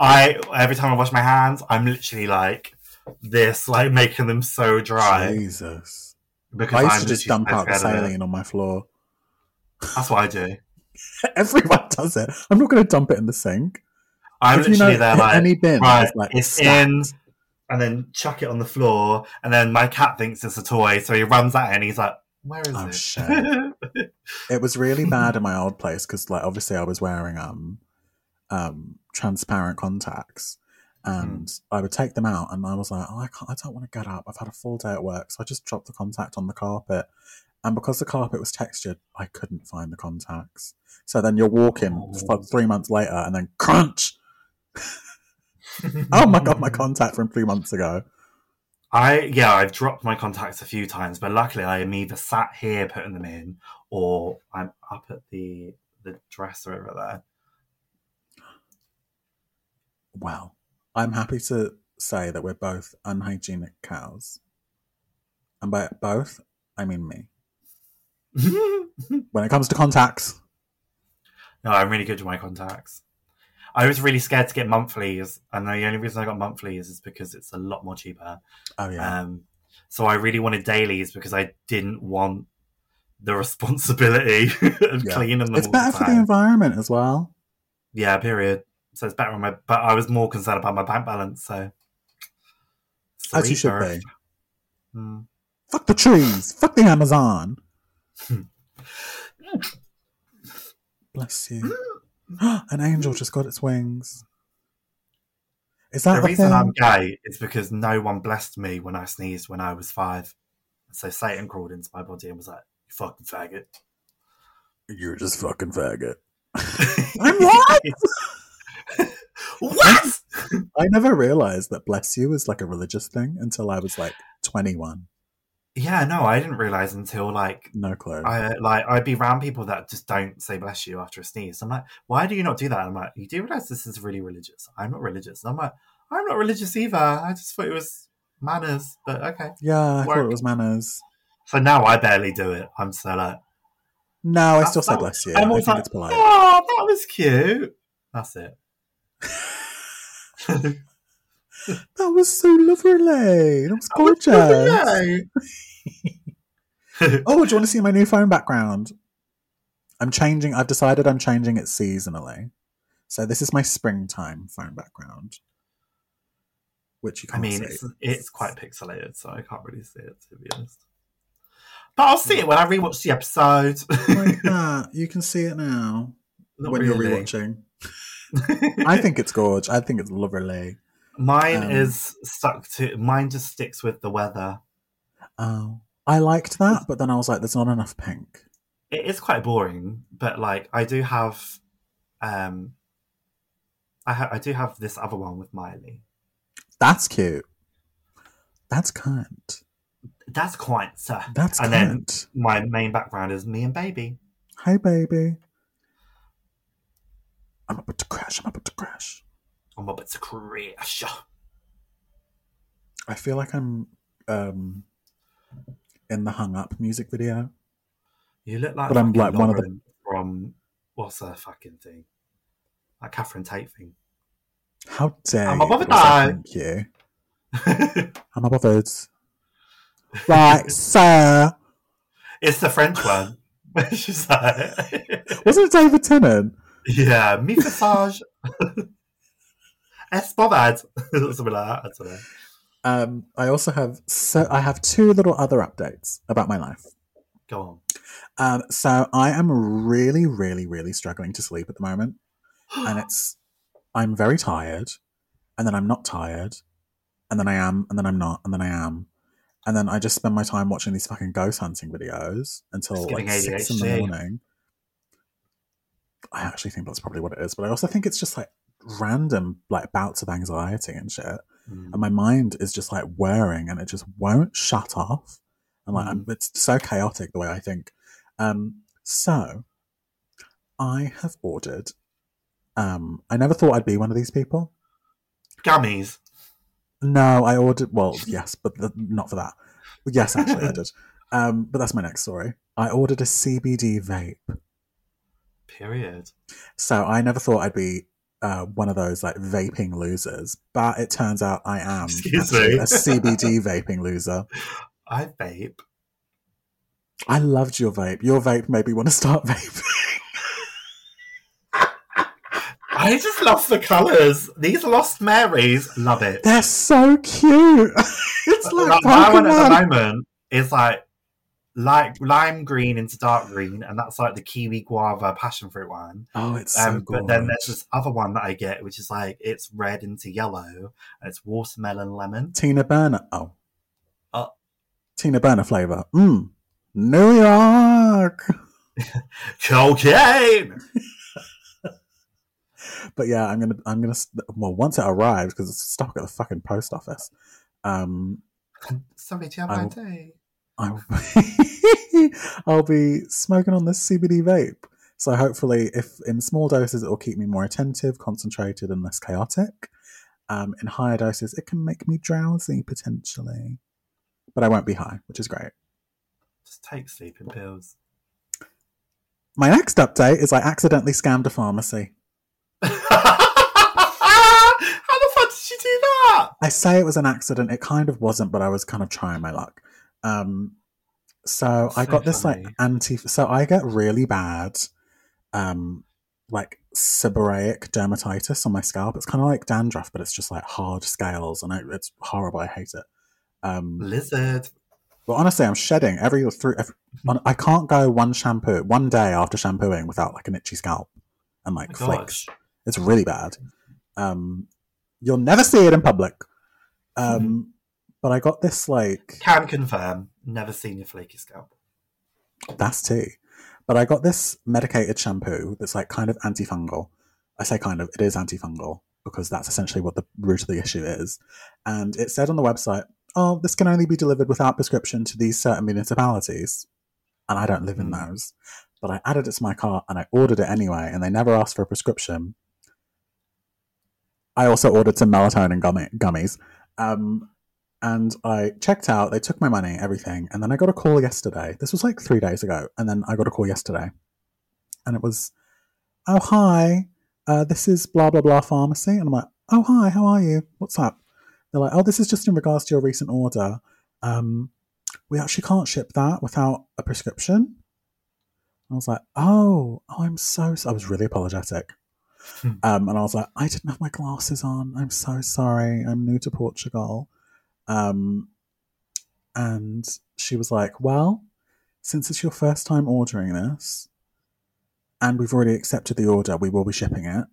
Speaker 1: I every time I wash my hands, I'm literally like this, like making them so dry
Speaker 2: Jesus,
Speaker 1: because
Speaker 2: I used
Speaker 1: I'm
Speaker 2: to just
Speaker 1: literally
Speaker 2: dump out the
Speaker 1: so scared of it.
Speaker 2: saline on my floor.
Speaker 1: That's what I do.
Speaker 2: Everyone does it. I'm not going to dump it in the sink.
Speaker 1: I'm
Speaker 2: if you know
Speaker 1: literally there, like,
Speaker 2: any bin,
Speaker 1: right,
Speaker 2: is, like,
Speaker 1: it's
Speaker 2: stacked.
Speaker 1: in. and then chuck it on the floor, and then my cat thinks it's a toy, so he runs at it and he's like, "Where is
Speaker 2: Oh,
Speaker 1: it?"
Speaker 2: shit. It was really bad in my old place because, like, obviously I was wearing um, um, transparent contacts, and I would take them out, and I was like, oh, I can't, I don't want to get up. I've had a full day at work, so I just dropped the contact on the carpet, and because the carpet was textured, I couldn't find the contacts. So then you're walking
Speaker 1: Oh.
Speaker 2: for three months later, and then crunch! Oh my
Speaker 1: Mm.
Speaker 2: god, my contact from three months ago.
Speaker 1: I yeah, I've dropped my contacts a few times, but luckily I am either sat here putting them in, or I'm up at the the dresser over there.
Speaker 2: Well, I'm happy to say that we're both unhygienic cows, and by both, I mean me. when it comes to contacts.
Speaker 1: no, I'm really good with my contacts. I was really scared to get monthlies, and the only reason I got monthlies is because it's a lot more cheaper.
Speaker 2: Oh yeah.
Speaker 1: Um, so I really wanted dailies because I didn't want the responsibility of
Speaker 2: Yeah.
Speaker 1: cleaning them.
Speaker 2: it's
Speaker 1: all the
Speaker 2: better for the
Speaker 1: time.
Speaker 2: environment as well.
Speaker 1: Yeah, period. So it's better on my, but I was more concerned about my bank balance. So,
Speaker 2: as you should
Speaker 1: Sweet
Speaker 2: be.
Speaker 1: earth. Mm.
Speaker 2: Fuck the trees. Fuck the Amazon. Bless you. An angel just got its wings. Is that
Speaker 1: The
Speaker 2: the
Speaker 1: reason
Speaker 2: thing?
Speaker 1: I'm gay is because no one blessed me when I sneezed when I was five. So Satan crawled into my body and was like, "You fucking faggot."
Speaker 2: You're just fucking faggot. I'm what?
Speaker 1: what?
Speaker 2: I never realized that bless you is like a religious thing until I was like 21.
Speaker 1: Yeah, no, I didn't realize until like
Speaker 2: No clue.
Speaker 1: I like I'd be around people that just don't say bless you after a sneeze. I'm like, why do you not do that? I'm like, you do realize this is really religious. I'm not religious. And I'm like, I'm not religious either. I just thought it was manners, but okay.
Speaker 2: Yeah, I thought it
Speaker 1: Work.
Speaker 2: was manners.
Speaker 1: For now, I barely do it. I'm so like,
Speaker 2: No, I
Speaker 1: That's
Speaker 2: still say
Speaker 1: not-
Speaker 2: bless you. i
Speaker 1: I'm always
Speaker 2: think
Speaker 1: like,
Speaker 2: it's polite.
Speaker 1: oh, that was cute. That's it.
Speaker 2: That was so lovely. That was gorgeous. Oh, do you want to see my new phone background? I'm changing. I've decided I'm changing it seasonally. So this is my springtime phone background, which you
Speaker 1: I
Speaker 2: can't
Speaker 1: mean,
Speaker 2: see.
Speaker 1: it's, it's quite pixelated, so I can't really see it, to be honest. But I'll see it when I rewatch the episode.
Speaker 2: like that. You can see it now
Speaker 1: Not
Speaker 2: when
Speaker 1: really.
Speaker 2: you're rewatching. I think it's gorgeous. I think it's lovely.
Speaker 1: mine
Speaker 2: um,
Speaker 1: is stuck to, mine just sticks with the weather.
Speaker 2: Oh, I liked that, but then I was like, "There's not enough pink."
Speaker 1: it is quite boring, but like I do have, um, I ha- I do have this other one with Miley.
Speaker 2: That's cute. That's kind.
Speaker 1: That's quite sir.
Speaker 2: That's
Speaker 1: And then-
Speaker 2: kind.
Speaker 1: My main background is me and baby.
Speaker 2: Hi, baby. I'm about to crash. I'm about to crash.
Speaker 1: I'm about to crash.
Speaker 2: I feel like I'm um, in the hung up music video.
Speaker 1: You look like
Speaker 2: But I'm,
Speaker 1: fucking
Speaker 2: like, one of the-
Speaker 1: Lauren from what's her fucking thing, like Catherine Tate thing.
Speaker 2: How dare
Speaker 1: I'm
Speaker 2: you?
Speaker 1: above it
Speaker 2: Rosa,
Speaker 1: now.
Speaker 2: Thank you. I'm above it. Right, sir.
Speaker 1: it's the French one. She's like,
Speaker 2: Wasn't it David Tennant?
Speaker 1: yeah, me visage. Es bothered. Something like that. I don't know.
Speaker 2: Um, I also have so I have two little other updates about my life.
Speaker 1: Go on.
Speaker 2: Um, so I am really, really, really struggling to sleep at the moment, and it's I'm very tired, and then I'm not tired, and then I am, and then I'm not, and then I am, and then I just spend my time watching these fucking ghost hunting videos until
Speaker 1: It's
Speaker 2: like
Speaker 1: giving
Speaker 2: six in the
Speaker 1: ADHD.
Speaker 2: morning. I actually think that's probably what it is, but I also think it's just like random like bouts of anxiety and shit
Speaker 1: Mm.
Speaker 2: and my mind is just like whirring and it just won't shut off and like
Speaker 1: Mm.
Speaker 2: I'm, it's so chaotic the way i think um so i have ordered um i never thought i'd be one of these people
Speaker 1: Gummies.
Speaker 2: no i ordered well yes but th not for that yes actually i did um but that's my next story i ordered a cbd vape
Speaker 1: Period.
Speaker 2: so i never thought i'd be uh, one of those like vaping losers, but it turns out I am
Speaker 1: Excuse
Speaker 2: actually
Speaker 1: me.
Speaker 2: a CBD vaping loser.
Speaker 1: I vape.
Speaker 2: I loved your vape. Your vape made me want to start vaping.
Speaker 1: I just love the colours. These Lost Marys, love it.
Speaker 2: They're so cute. it's like
Speaker 1: Like, my one at
Speaker 2: Pokemon.
Speaker 1: the moment is like like lime green into dark green, and that's like the kiwi guava passion fruit one.
Speaker 2: Oh, it's so
Speaker 1: Um,
Speaker 2: gorgeous.
Speaker 1: but then there's this other one that I get, which is like it's red into yellow, and it's watermelon lemon.
Speaker 2: Tina Burner. Oh.
Speaker 1: Oh.
Speaker 2: Tina Burner flavor. Mm. New York.
Speaker 1: Cocaine.
Speaker 2: But yeah, I'm gonna, I'm gonna. s- Well, once it arrives, because it's stuck at the fucking post office. Um,
Speaker 1: Sorry, do you have
Speaker 2: I
Speaker 1: an
Speaker 2: will-
Speaker 1: idea?
Speaker 2: I, I'll be smoking on this CBD vape. So hopefully, if in small doses, it will keep me more attentive, concentrated, and less chaotic. Um, in higher doses, it can make me drowsy potentially, but I won't be high, which is great.
Speaker 1: Just take sleeping pills.
Speaker 2: My next update is I accidentally scammed a pharmacy.
Speaker 1: How the fuck did you do that?
Speaker 2: I say it was an accident. It kind of wasn't, but I was kind of trying my luck. Um, so I
Speaker 1: So
Speaker 2: got this like
Speaker 1: funny.
Speaker 2: anti. So I get really bad, um, like seborrheic dermatitis on my scalp. It's kind of like dandruff, but it's just like hard scales, and I, it's horrible. I hate it.
Speaker 1: Mm.
Speaker 2: Um,
Speaker 1: Lizard.
Speaker 2: but honestly, I'm shedding every through. Every, on, I can't go one shampoo one day after shampooing without like an itchy scalp and
Speaker 1: Oh my
Speaker 2: like flakes.
Speaker 1: gosh.
Speaker 2: It's really bad. Um, you'll never see it in public. Um, But I got this like
Speaker 1: Can confirm. Never seen your flaky scalp.
Speaker 2: that's tea, but I got this medicated shampoo that's like kind of antifungal. I say kind of, it is antifungal because that's essentially what the root of the issue is. And it said on the website, "Oh, this can only be delivered without prescription to these certain municipalities," and I don't live in
Speaker 1: Mm.
Speaker 2: those. But I added it to my cart and I ordered it anyway, and they never asked for a prescription. I also ordered some melatonin gummy, gummies. Um, and I checked out. They took my money, everything, and then I got a call yesterday. This was like three days ago, and then I got a call yesterday, and it was, "Oh hi, uh, this is blah blah blah pharmacy," and I'm like, "Oh hi, how are you? What's up?" They're like, "Oh, this is just in regards to your recent order. Um, we actually can't ship that without a prescription." I was like, "Oh, oh, I'm so." so-" I was really apologetic.
Speaker 1: Hmm.
Speaker 2: Um, and I was like, I didn't have my glasses on. I'm so sorry. I'm new to Portugal. Um, and she was like, Well, since it's your first time ordering this, and we've already accepted the order, we will be shipping it.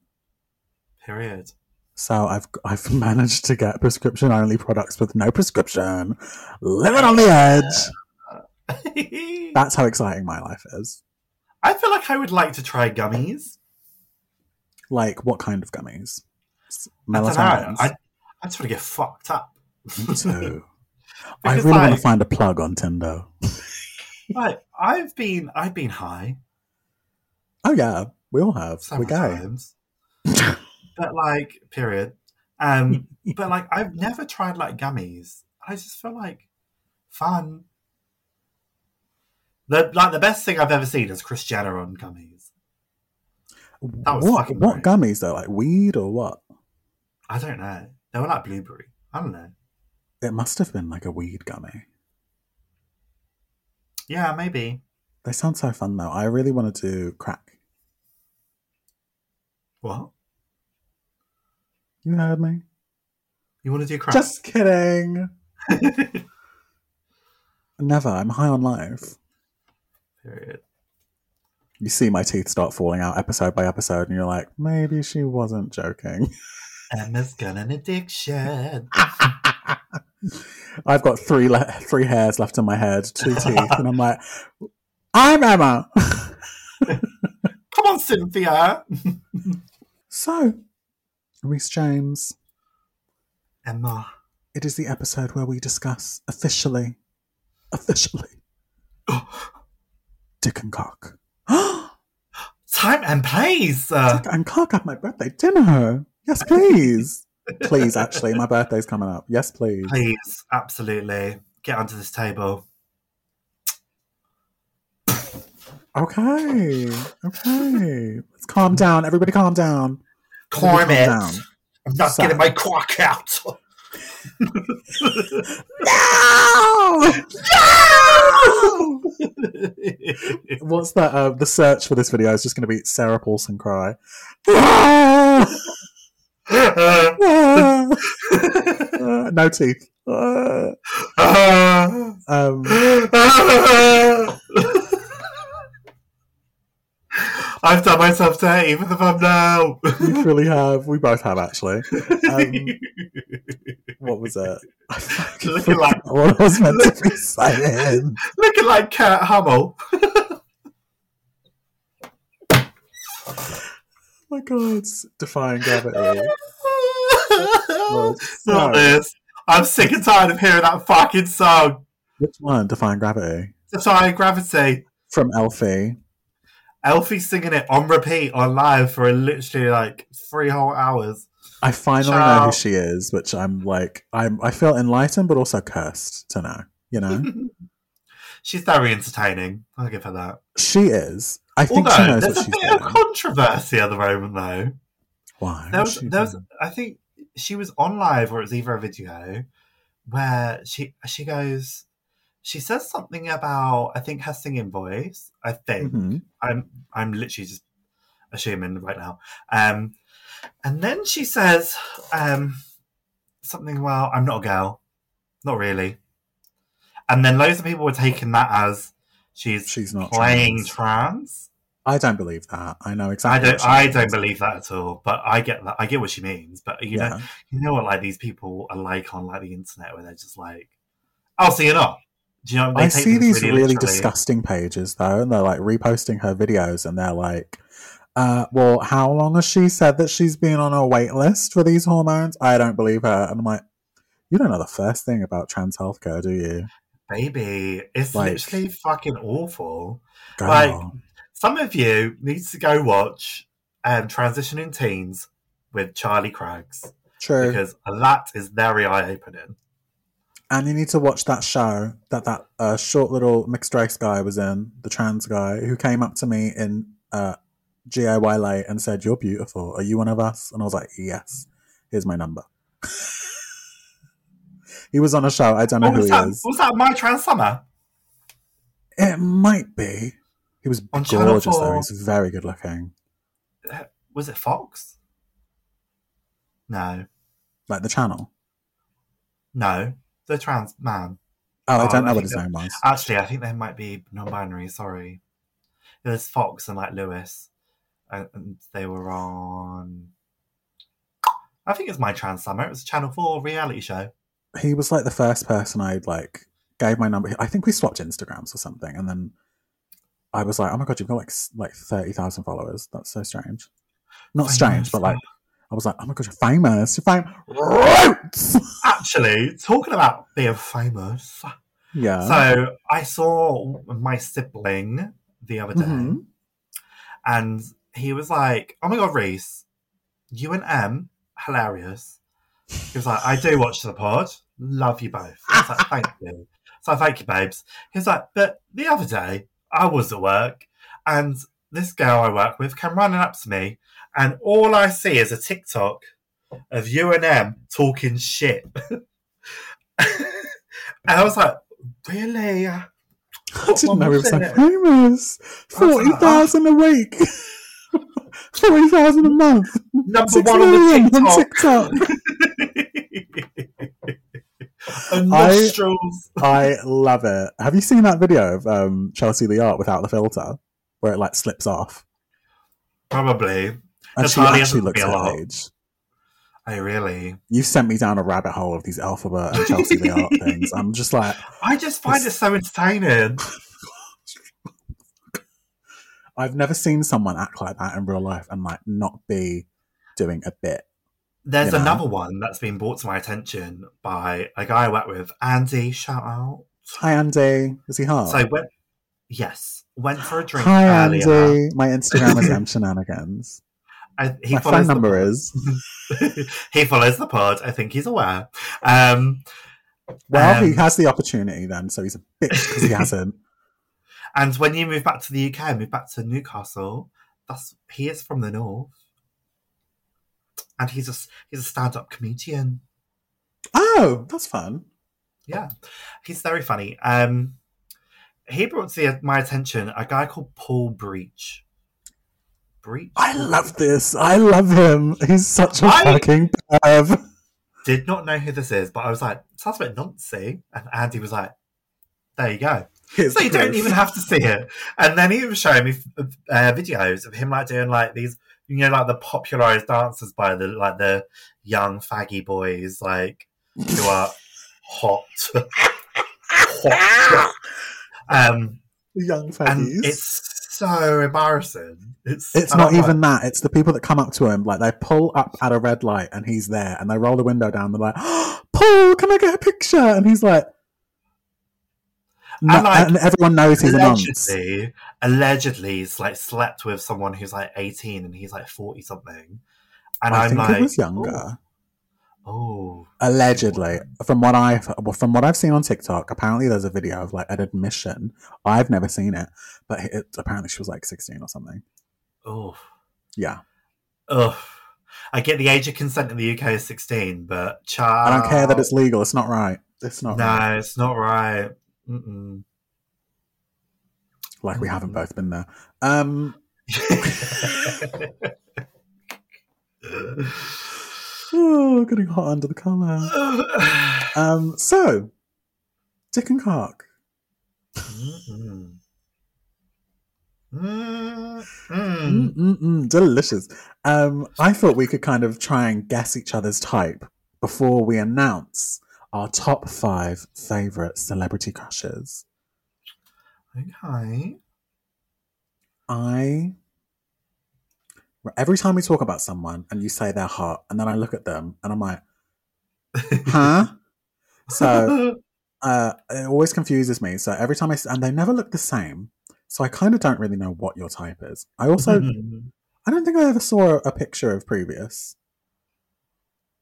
Speaker 1: Period.
Speaker 2: So I've I've managed to get prescription only products with no prescription. Living on the edge.
Speaker 1: I
Speaker 2: That's how exciting my life is.
Speaker 1: feel like I would like to try gummies.
Speaker 2: Like what kind of gummies? S-
Speaker 1: I don't know.
Speaker 2: Melatonin.
Speaker 1: I, I just want to get fucked up.
Speaker 2: too. I
Speaker 1: Because,
Speaker 2: really want
Speaker 1: like-
Speaker 2: to find a plug on Tinder.
Speaker 1: Like I've been, I've been high
Speaker 2: Oh yeah, we all have.
Speaker 1: so
Speaker 2: We're
Speaker 1: many
Speaker 2: gay.
Speaker 1: times, but like, period. Um, but like, I've never tried like gummies. I just feel like fun. The like the best thing I've ever seen is Chris Jenner on gummies. was
Speaker 2: What
Speaker 1: fucking
Speaker 2: what
Speaker 1: great.
Speaker 2: gummies though? Like weed or what?
Speaker 1: I don't know. They were like blueberry. I don't know.
Speaker 2: It must have been like a weed gummy.
Speaker 1: Yeah, maybe.
Speaker 2: They sound so fun though. I really want to do crack.
Speaker 1: What
Speaker 2: You heard me.
Speaker 1: you want to do? Crack?
Speaker 2: Just kidding. Never. I'm high on life.
Speaker 1: period.
Speaker 2: You see my teeth start falling out episode by episode, and you're like, maybe she wasn't joking.
Speaker 1: Emma's got an addiction.
Speaker 2: I've got three le- three hairs left on my head, two teeth, and I'm like, I'm Emma.
Speaker 1: Come on, Cynthia.
Speaker 2: so, Reese James,
Speaker 1: Emma.
Speaker 2: it is the episode where we discuss officially, officially Dick and Cock.
Speaker 1: Time and place. Uh,
Speaker 2: Dick and Cock at my birthday dinner. Yes, please. please, actually, my birthday's coming up. Yes, please.
Speaker 1: please, absolutely. Get onto this table.
Speaker 2: Okay. Okay. Let's calm down. Everybody calm down.
Speaker 1: Climb
Speaker 2: Everybody
Speaker 1: it.
Speaker 2: calm down.
Speaker 1: I'm not
Speaker 2: Sam.
Speaker 1: getting my quack out.
Speaker 2: No! What's that? Uh, the search for this video is just going to be Sarah Paulson cry. no teeth. Um,
Speaker 1: I've done myself dirty with the thumbnail.
Speaker 2: you really have. We both have, actually. Um, What was it? I fucking
Speaker 1: Looking like-
Speaker 2: forgot what I was meant to be saying.
Speaker 1: Looking like Cat Hamill.
Speaker 2: Oh my God, defying gravity. Well,
Speaker 1: Not
Speaker 2: so-
Speaker 1: this. I'm sick and tired of hearing that fucking song.
Speaker 2: Which one? Defying Gravity.
Speaker 1: Defying Gravity.
Speaker 2: From Elfie.
Speaker 1: Elfie singing it on repeat on live for literally like three whole hours.
Speaker 2: I finally know who
Speaker 1: Ciao.
Speaker 2: she is, which I'm like, I'm, I feel enlightened, but also cursed to know. You know,
Speaker 1: She's very entertaining. I'll give her that.
Speaker 2: she is. I think she
Speaker 1: Although
Speaker 2: knows
Speaker 1: there's
Speaker 2: what
Speaker 1: a
Speaker 2: she's
Speaker 1: bit of
Speaker 2: doing.
Speaker 1: controversy at the moment, though.
Speaker 2: Why?
Speaker 1: There
Speaker 2: What's
Speaker 1: was,
Speaker 2: she
Speaker 1: there was,
Speaker 2: doing?
Speaker 1: I think she was on live or it was either a video where she she goes, she says something about I think her singing voice. I think
Speaker 2: Mhm.
Speaker 1: I'm I'm literally just assuming right now. Um, and then she says um, something. Well, I'm not a girl, not really. And then loads of people were taking that as she's
Speaker 2: She's not
Speaker 1: playing
Speaker 2: trans.
Speaker 1: trans.
Speaker 2: I don't believe that. I know
Speaker 1: I
Speaker 2: exactly.
Speaker 1: don't. I don't believe that at all. But I get that. I get what she means. But you know,
Speaker 2: Yeah.
Speaker 1: you know what? Like these people are like on like the internet where they're just like, "Oh, so you're not." Do you know? They
Speaker 2: I
Speaker 1: take
Speaker 2: see
Speaker 1: things
Speaker 2: these really,
Speaker 1: literally.
Speaker 2: disgusting pages though, and they're like reposting her videos, and they're like, uh, "Well, how long has she said that she's been on a wait list for these hormones?" I don't believe her, and I'm like, "You don't know the first thing about trans healthcare, do you,
Speaker 1: Baby, it's
Speaker 2: Like-
Speaker 1: literally fucking awful.
Speaker 2: girl?"
Speaker 1: Like- Some of you needs to go watch um, Transitioning Teens with Charlie Craggs
Speaker 2: True.
Speaker 1: because that is very eye opening.
Speaker 2: And you need to watch that show that that uh, short little mixed race guy was in, the trans guy who came up to me in uh, GAY late and said, "You're beautiful. Are you one of us?" And I was like, "Yes. Here's my number." he was on a show. I don't know
Speaker 1: What
Speaker 2: who
Speaker 1: was
Speaker 2: he
Speaker 1: that?
Speaker 2: is.
Speaker 1: Was that My Trans Summer?
Speaker 2: It might be. He was
Speaker 1: On Channel
Speaker 2: gorgeous though.
Speaker 1: four.
Speaker 2: He's very good looking.
Speaker 1: Was it Fox? No,
Speaker 2: Like the channel.
Speaker 1: no, the trans man.
Speaker 2: Oh,
Speaker 1: Oh,
Speaker 2: I don't
Speaker 1: I
Speaker 2: know what
Speaker 1: think
Speaker 2: his
Speaker 1: that-
Speaker 2: name was.
Speaker 1: Actually, I think they might be non-binary. Sorry, it was Fox and like Lewis, and, and they were on. I think it's my trans summer. It was a Channel Four reality show.
Speaker 2: he was like the first person I like gave my number. I think we swapped Instagrams or something, and then I was like, "Oh my god, you've got like s- like thirty thousand followers. That's so strange. Not
Speaker 1: Famous.
Speaker 2: strange, but like, I was like, "Oh my god, you're famous. You're famous. Roots.
Speaker 1: Actually, talking about being famous,
Speaker 2: Yeah.
Speaker 1: so I saw my sibling the other day,
Speaker 2: Mhm.
Speaker 1: and he was like, "Oh my god, Reese, you and M, hilarious." He was like, "I do watch the pod, love you both." I was like, "Thank you." So thank you, babes. He was like, "But the other day, I was at work, and this girl I work with came running up to me, and all I see is a TikTok of you and M talking shit." and I was like, "Really?"
Speaker 2: I didn't know he was so
Speaker 1: Wasn't it?
Speaker 2: famous.
Speaker 1: "Oh."
Speaker 2: Forty thousand a week. Forty thousand a month.
Speaker 1: Number
Speaker 2: Six
Speaker 1: one on
Speaker 2: million
Speaker 1: the
Speaker 2: on
Speaker 1: TikTok.
Speaker 2: TikTok.
Speaker 1: and
Speaker 2: I-
Speaker 1: nostrils.
Speaker 2: I love it. Have you seen that video of um, Chelsea the art without the filter, where it like slips off?
Speaker 1: Probably.
Speaker 2: And
Speaker 1: That's
Speaker 2: she
Speaker 1: hardly
Speaker 2: actually
Speaker 1: happened to me
Speaker 2: looks
Speaker 1: a
Speaker 2: her
Speaker 1: lot.
Speaker 2: age.
Speaker 1: I really.
Speaker 2: You've sent me down a rabbit hole of these Alphabet and Chelsea the Art things. I'm just like,
Speaker 1: I just find it so entertaining.
Speaker 2: I've never seen someone act like that in real life and like not be doing a bit.
Speaker 1: There's
Speaker 2: Yeah.
Speaker 1: another one that's been brought to my attention by a guy I work with, Andy. Shout out.
Speaker 2: Hi Andy, is he hot?
Speaker 1: So went. Yes, went for a drink
Speaker 2: Oh. Hi
Speaker 1: earlier.
Speaker 2: Andy, my Instagram is M Shenanigans.
Speaker 1: I, he
Speaker 2: My
Speaker 1: follows
Speaker 2: phone
Speaker 1: the
Speaker 2: number is.
Speaker 1: he follows the pod. I think he's aware. Um,
Speaker 2: Well, he
Speaker 1: Um,
Speaker 2: has the opportunity then, so he's a bitch because he hasn't.
Speaker 1: and when you move back to the UK, move back to Newcastle. That's he is from the north, and he's a s- he's a stand up comedian.
Speaker 2: Oh, that's fun.
Speaker 1: Yeah, he's very funny. Um, he brought to the, my attention a guy called Paul Breach. Breach.
Speaker 2: I love this. I love him. He's such a
Speaker 1: I-
Speaker 2: fucking perv.
Speaker 1: Did not know who this is, but I was like, sounds a bit noncy. And Andy was like, there you go.
Speaker 2: Here's
Speaker 1: so
Speaker 2: the
Speaker 1: you don't
Speaker 2: proof.
Speaker 1: even have to see it. And then he was showing me uh, videos of him like doing like these, you know, like the popularized dances by the like the young faggy boys, like who are hot, hot. Um,
Speaker 2: young
Speaker 1: and
Speaker 2: faggies.
Speaker 1: it's so embarrassing. It's
Speaker 2: It's
Speaker 1: and
Speaker 2: not
Speaker 1: I'm like,
Speaker 2: even that. It's the people that come up to him, like they pull up at a red light and he's there and they roll the window down. They're like, Paul, can I get a picture? And he's like, no,
Speaker 1: And, like,
Speaker 2: and everyone knows he's a nonce.
Speaker 1: allegedly, allegedly, he's like slept with someone who's like eighteen and he's like forty something. And
Speaker 2: I
Speaker 1: am
Speaker 2: think
Speaker 1: like,
Speaker 2: he was younger.
Speaker 1: Oh,
Speaker 2: Allegedly, from what I've from what I've seen on TikTok, apparently there's a video of like an admission. I've never seen it, but it, apparently she was like 16 or something.
Speaker 1: oh,
Speaker 2: Yeah,
Speaker 1: oh. I get the age of consent in the UK is sixteen, but child,
Speaker 2: I don't care that it's legal. It's not right. It's not
Speaker 1: no,
Speaker 2: right.
Speaker 1: it's not right. Mm-mm.
Speaker 2: Like we haven't both been there. Um, oh, getting hot under the collar. Um, so, Dick and Cock.
Speaker 1: Mm-mm. Mm-mm.
Speaker 2: Mm. mm mm delicious. Um, I thought we could kind of try and guess each other's type before we announce our top five favorite celebrity crushes.
Speaker 1: Okay.
Speaker 2: I every time we talk about someone and you say they're hot, and then I look at them and I'm like, huh? so uh, it always confuses me. So every time I s- and they never look the same. So I kind of don't really know what your type is.
Speaker 1: Mm-hmm.
Speaker 2: I also I don't think I ever saw a picture of previous.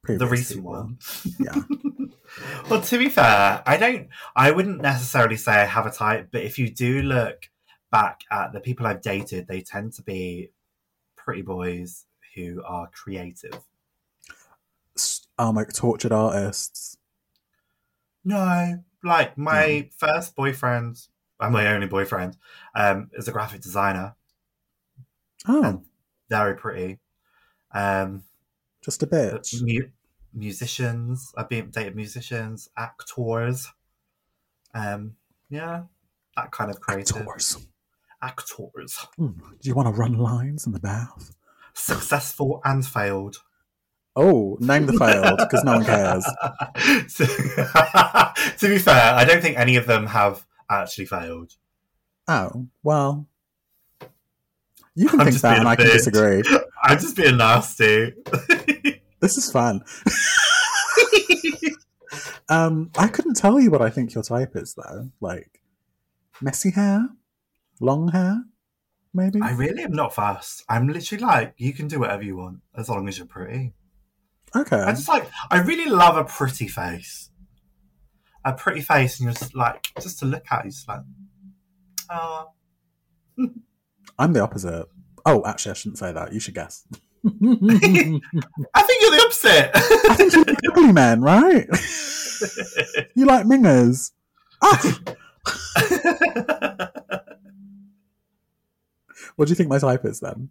Speaker 1: the
Speaker 2: previously
Speaker 1: recent
Speaker 2: were.
Speaker 1: one.
Speaker 2: Yeah.
Speaker 1: well, to be fair, I don't. I wouldn't necessarily say I have a type, but if you do look back at the people I've dated, they tend to be pretty boys who are creative.
Speaker 2: S- Um, like tortured artists.
Speaker 1: No, like my first boyfriend, and my only boyfriend, um, is a graphic designer.
Speaker 2: Oh,
Speaker 1: Very pretty. Um,
Speaker 2: just a
Speaker 1: but
Speaker 2: bitch.
Speaker 1: mu- musicians. I've been dated musicians, actors. Um, yeah, that kind of creative.
Speaker 2: Actors.
Speaker 1: actors,
Speaker 2: Mm, Do you want to run lines in the bath?
Speaker 1: successful and failed.
Speaker 2: Oh, name the failed because no one cares.
Speaker 1: So- to be fair, I don't think any of them have actually failed.
Speaker 2: Oh, well. You can
Speaker 1: I'm
Speaker 2: think
Speaker 1: just
Speaker 2: that
Speaker 1: being
Speaker 2: and
Speaker 1: a
Speaker 2: I can
Speaker 1: bitch.
Speaker 2: disagree.
Speaker 1: I'm just being nasty.
Speaker 2: This is fun. um, I couldn't tell you what I think your type is though. Like messy hair, long hair, maybe.
Speaker 1: I really am not fast. I'm literally like, you can do whatever you want as long as you're pretty. I
Speaker 2: okay.
Speaker 1: just like, I really love a pretty face. A pretty face, and you're just like, just to look at, you just like, oh,
Speaker 2: I'm the opposite. Oh, actually, I shouldn't say that. You should guess.
Speaker 1: I think you're the opposite.
Speaker 2: I think you like ugly men, right? you like mingers. Ah! What do you think my type is then?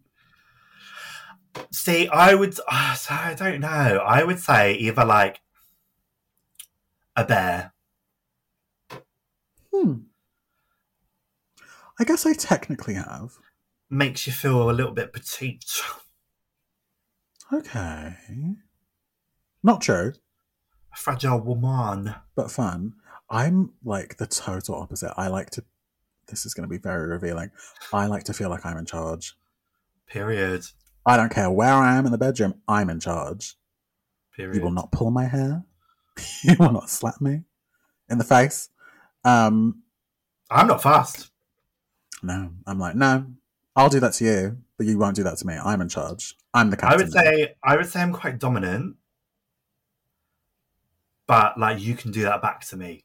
Speaker 1: See, I would. ah, so I don't know. I would say either like a bear.
Speaker 2: Hmm. I guess I technically have.
Speaker 1: Makes you feel a little bit petite.
Speaker 2: Okay. Not true,
Speaker 1: A fragile woman.
Speaker 2: but fun. I'm like the total opposite. I like to. This is going to be very revealing. I like to feel like I'm in charge.
Speaker 1: Period.
Speaker 2: I don't care where I am in the bedroom. I'm in charge.
Speaker 1: Period.
Speaker 2: You will not pull my hair. you will not slap me in the face. Um,
Speaker 1: I'm not fast.
Speaker 2: no, I'm like no. I'll do that to you, but you won't do that to me. I'm in charge. I'm the
Speaker 1: I
Speaker 2: captain.
Speaker 1: would say. I would say I'm quite dominant. But like, you can do that back to me.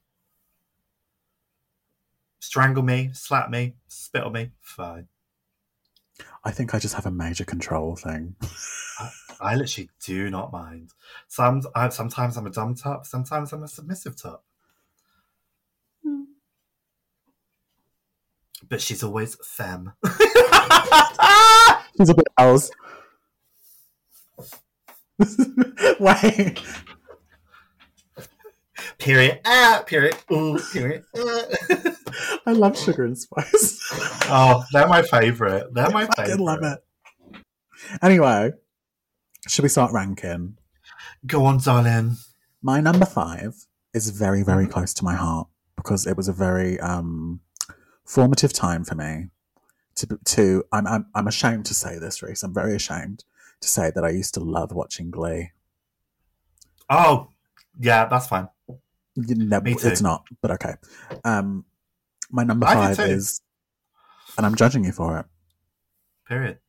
Speaker 1: Strangle me, slap me, spit on me. Fine.
Speaker 2: I think I just have a major control thing.
Speaker 1: I literally do not mind. Some, I, sometimes I'm a dumb top. Sometimes I'm a submissive top. but she's always femme.
Speaker 2: She's a bit else. Wait.
Speaker 1: period. Ah, period. Ooh, period. Ah.
Speaker 2: I love sugar and spice.
Speaker 1: oh, they're my favorite. They're my
Speaker 2: I
Speaker 1: favorite.
Speaker 2: love it. Anyway, should we start ranking?
Speaker 1: Go on, darling.
Speaker 2: My number five is very, very
Speaker 1: Mm-hmm.
Speaker 2: close to my heart because it was a very um, formative time for me. To, to I'm, I'm, I'm ashamed to say this, Reese. I'm very ashamed to say that I used to love watching Glee.
Speaker 1: Oh, yeah, that's fine.
Speaker 2: You- No,
Speaker 1: Me too.
Speaker 2: it's not, but okay. Um, my number
Speaker 1: I did
Speaker 2: five
Speaker 1: too.
Speaker 2: is, and I'm judging you for it.
Speaker 1: Period.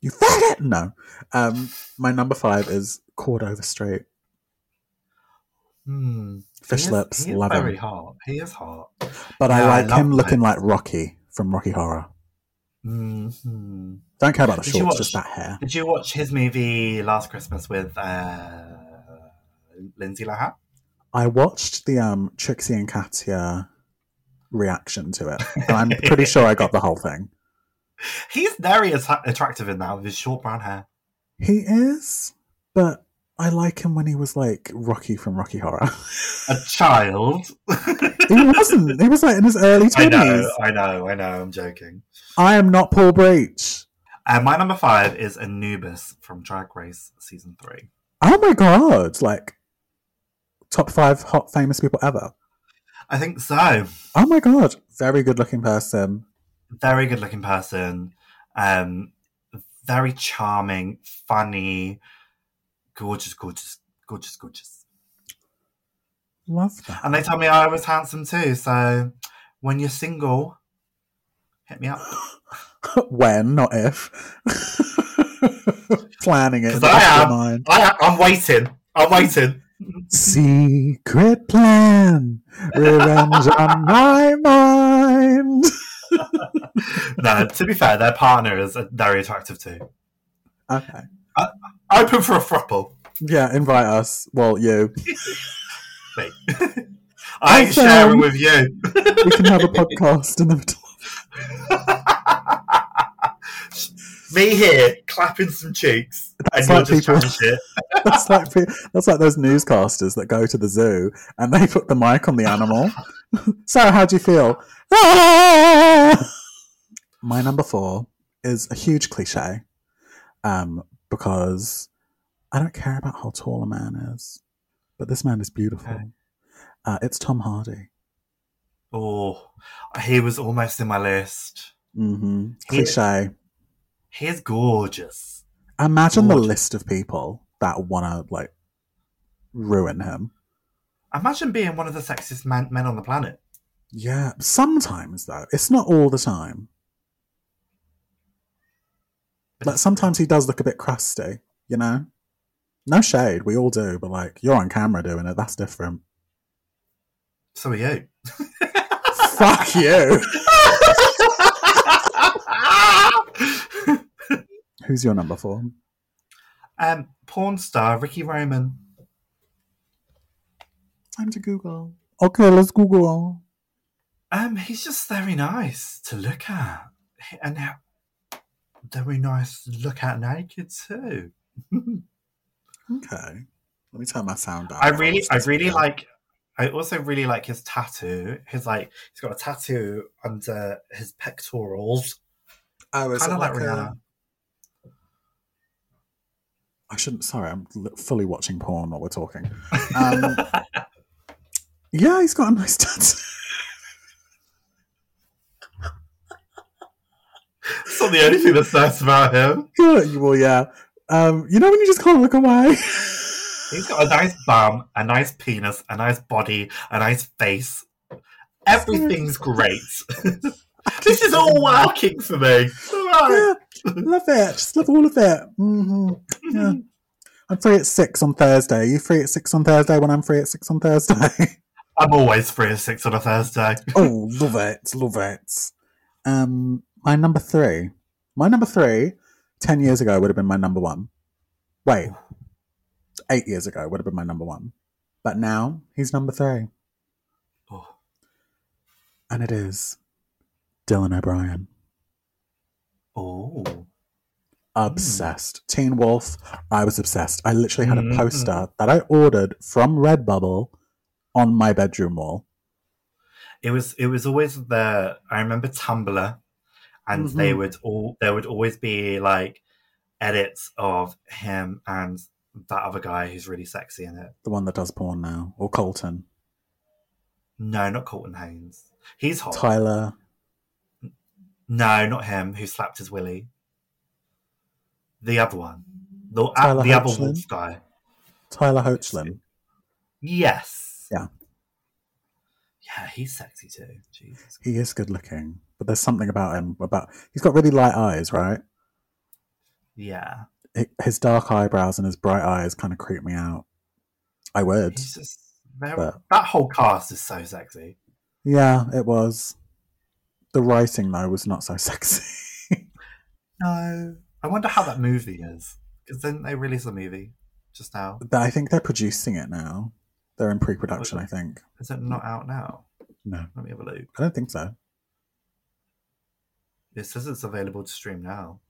Speaker 2: You faggot! No. Um, my number five is Cordova Street.
Speaker 1: Hmm.
Speaker 2: Fish
Speaker 1: He is-
Speaker 2: lips,
Speaker 1: He is
Speaker 2: love
Speaker 1: very
Speaker 2: him.
Speaker 1: hot. He is hot.
Speaker 2: But I
Speaker 1: Yeah, I
Speaker 2: like him
Speaker 1: love
Speaker 2: looking like Rocky from Rocky Horror.
Speaker 1: hmm
Speaker 2: Don't care about the
Speaker 1: Did you
Speaker 2: shorts,
Speaker 1: watch-
Speaker 2: just that hair.
Speaker 1: Did you watch his movie last Christmas with uh, Lindsay Lohan?
Speaker 2: I watched the um, Trixie and Katya reaction to it, and I'm pretty sure I got the whole thing.
Speaker 1: He's very att- attractive in that with his short brown hair.
Speaker 2: He is, but I like him when he was like Rocky from Rocky Horror.
Speaker 1: A child.
Speaker 2: he wasn't. He was like in his early
Speaker 1: I
Speaker 2: twenties.
Speaker 1: know, I know, I know. I'm joking.
Speaker 2: I am not Paul Breach.
Speaker 1: And my number five is Anubis from Drag Race season three.
Speaker 2: Oh my god! Like top five hot famous people ever.
Speaker 1: I think so.
Speaker 2: Oh my god! Very good looking person.
Speaker 1: Very good looking person. Um, very charming, funny, gorgeous, gorgeous, gorgeous, gorgeous.
Speaker 2: Love that.
Speaker 1: And they tell me I was handsome too. So when you're single, hit me up
Speaker 2: when, not if. Planning it. in
Speaker 1: Because
Speaker 2: the
Speaker 1: I
Speaker 2: back of your
Speaker 1: am.
Speaker 2: mind.
Speaker 1: I, I'm waiting. I'm waiting.
Speaker 2: Secret plan. Revenge on my mind.
Speaker 1: No, to be fair, their partner is uh, very attractive too.
Speaker 2: Okay.
Speaker 1: Open for a throuple.
Speaker 2: Yeah, invite us. Well, you.
Speaker 1: Me. I ain't
Speaker 2: Awesome.
Speaker 1: sharing with you.
Speaker 2: We can have a podcast in the middle.
Speaker 1: Me here, clapping some cheeks.
Speaker 2: That's
Speaker 1: and
Speaker 2: like
Speaker 1: you're just
Speaker 2: people-
Speaker 1: chatting shit.
Speaker 2: That's like pe- that's like those newscasters that go to the zoo and they put the mic on the animal. so how do you feel? My number four is a huge cliche, um, because I don't care about how tall a man is, but this man is beautiful.
Speaker 1: Okay.
Speaker 2: Uh, it's Tom Hardy.
Speaker 1: Oh, he was almost in my list.
Speaker 2: hmm
Speaker 1: Mm-hmm. He-
Speaker 2: Cliche.
Speaker 1: He's gorgeous.
Speaker 2: Imagine the
Speaker 1: Gorgeous.
Speaker 2: list of people that want to like ruin him.
Speaker 1: Imagine being one of the sexiest man- men on the planet.
Speaker 2: Yeah, sometimes though, it's not all the time. Like sometimes he does look a bit crusty, you know? No shade, we all do, but like you're on camera doing it, that's different.
Speaker 1: So are you.
Speaker 2: Fuck you. Who's your number four?
Speaker 1: um, porn star Ricky Roman.
Speaker 2: Time to Google. Okay, let's Google.
Speaker 1: Um, he's just very nice to look at, He- and he- very nice to look at naked too.
Speaker 2: Okay. Let me turn my sound down.
Speaker 1: I
Speaker 2: while
Speaker 1: really,
Speaker 2: watch
Speaker 1: I
Speaker 2: this
Speaker 1: really
Speaker 2: video.
Speaker 1: like. I also really like his tattoo. His like, he's got a tattoo under his pectorals,
Speaker 2: Oh, is
Speaker 1: kind
Speaker 2: it
Speaker 1: of like,
Speaker 2: like
Speaker 1: Rihanna.
Speaker 2: a... I shouldn't. Sorry, I'm l- fully watching porn while we're talking. Um, yeah, he's got a nice tattoo.
Speaker 1: It's not the only thing that's nice about him.
Speaker 2: Yeah, you- well, yeah. Um, you know when you just can't look away?
Speaker 1: He's got a nice bum, a nice penis, a nice body, a nice face. Everything's great. this is all working for me. It's all right.
Speaker 2: Yeah, love it. Just love all of it. hmm Yeah. I'm free at six on Thursday. Are you free at six on Thursday when I'm free at six on Thursday?
Speaker 1: I'm always free at six on a Thursday.
Speaker 2: oh, love it. Love it. Um, my number three. My number three, 10 years ago, would have been my number one. Wait, eight years ago would have been my number one. But now he's number three.
Speaker 1: Oh,
Speaker 2: And it is Dylan O'Brien.
Speaker 1: oh.
Speaker 2: obsessed. Teen Wolf, I was obsessed. I literally had a
Speaker 1: Mhm.
Speaker 2: poster that I ordered from Redbubble on my bedroom wall.
Speaker 1: it was it was always the. I remember Tumblr, and they
Speaker 2: Mhm.
Speaker 1: would all there would always be like edits of him and that other guy who's really sexy in it.
Speaker 2: The one that does porn now, or Colton,
Speaker 1: No, not Colton Haynes. He's hot.
Speaker 2: Tyler.
Speaker 1: No, not him. Who slapped his willy? The other one. The, uh,
Speaker 2: Tyler
Speaker 1: the other
Speaker 2: Hoechlin?
Speaker 1: wolf guy.
Speaker 2: Tyler Hoechlin.
Speaker 1: Yes.
Speaker 2: Yeah.
Speaker 1: Yeah, he's sexy too. Jesus.
Speaker 2: He is good looking, but there's something about him. About he's got really light eyes, right?
Speaker 1: Yeah.
Speaker 2: Hi- His dark eyebrows and his bright eyes kind of creep me out. I would.
Speaker 1: He's just. they're-
Speaker 2: But-
Speaker 1: That whole cast is so sexy.
Speaker 2: Yeah, it was. The writing though was not so sexy.
Speaker 1: No. I wonder how that movie is. Because didn't they release a movie just now?
Speaker 2: But I think they're producing it now. They're in pre-production, I think.
Speaker 1: Is it not out now?
Speaker 2: No,
Speaker 1: Let me have a look.
Speaker 2: I don't think so.
Speaker 1: It says it's available to stream now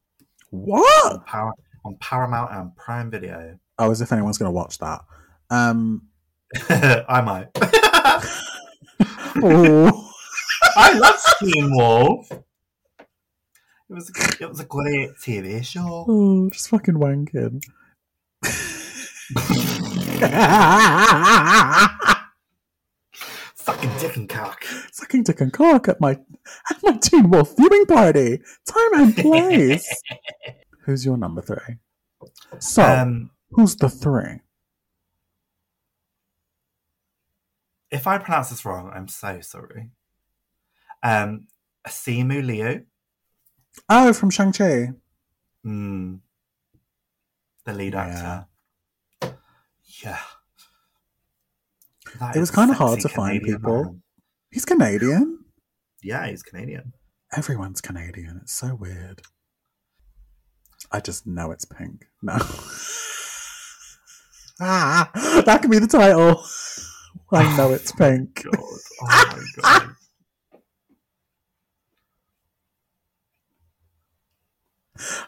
Speaker 1: on,
Speaker 2: What?
Speaker 1: Par- on Paramount and Prime Video.
Speaker 2: Oh, as if anyone's going to watch that. Um,
Speaker 1: I might.
Speaker 2: oh,
Speaker 1: I love Teen Wolf. It was a, it was a great TV show.
Speaker 2: oh, just fucking wanking.
Speaker 1: Fucking dick and cock.
Speaker 2: Sucking dick and cock at my at my Teen Wolf viewing party. Time and place. Who's your number three? So,
Speaker 1: Um,
Speaker 2: who's the three?
Speaker 1: if I pronounce this wrong, I'm so sorry. Um, Simu Liu,
Speaker 2: Oh, from Shang Chi.
Speaker 1: mm, Hmm. the lead
Speaker 2: Yeah.
Speaker 1: actor. Yeah. That
Speaker 2: It
Speaker 1: is
Speaker 2: was
Speaker 1: a
Speaker 2: kinda hard
Speaker 1: sexy
Speaker 2: to find
Speaker 1: Canadian
Speaker 2: people.
Speaker 1: man.
Speaker 2: He's Canadian.
Speaker 1: Yeah, he's Canadian.
Speaker 2: Everyone's Canadian. It's so weird. I just know it's pink. No. ah, that could be the title. I know it's pink.
Speaker 1: God. Oh my god.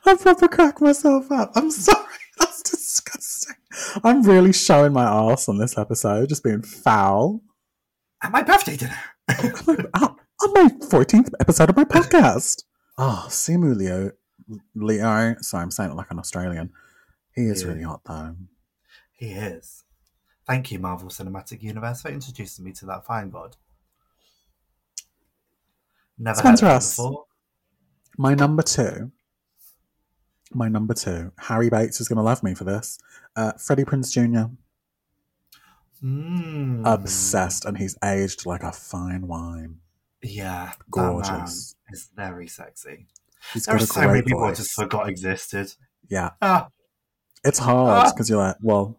Speaker 2: I proper crack myself up. I'm sorry. That's disgusting. I'm really showing my ass on this episode, just being foul.
Speaker 1: At my birthday dinner.
Speaker 2: Ah, on my 14th episode of my podcast.
Speaker 1: Ah,
Speaker 2: Oh, Simu Leo. Leo. Sorry, I'm saying it like an Australian. He is
Speaker 1: Yeah.
Speaker 2: really hot, though.
Speaker 1: He is. Thank you, Marvel Cinematic Universe, for introducing me to that fine god. Never
Speaker 2: Spencer
Speaker 1: heard of him
Speaker 2: Ross.
Speaker 1: before.
Speaker 2: My number two. My number two. Harry Bates is going to love me for this. Uh, Freddie Prince Jr.
Speaker 1: Mm.
Speaker 2: Obsessed, and he's aged like a fine wine.
Speaker 1: Yeah, that man
Speaker 2: Gorgeous.
Speaker 1: is very sexy.
Speaker 2: He's
Speaker 1: There are
Speaker 2: got a
Speaker 1: so many
Speaker 2: great
Speaker 1: people I
Speaker 2: voice.
Speaker 1: just forgot existed.
Speaker 2: Yeah,
Speaker 1: Ah,
Speaker 2: it's hard
Speaker 1: Ah.
Speaker 2: because you're like, well,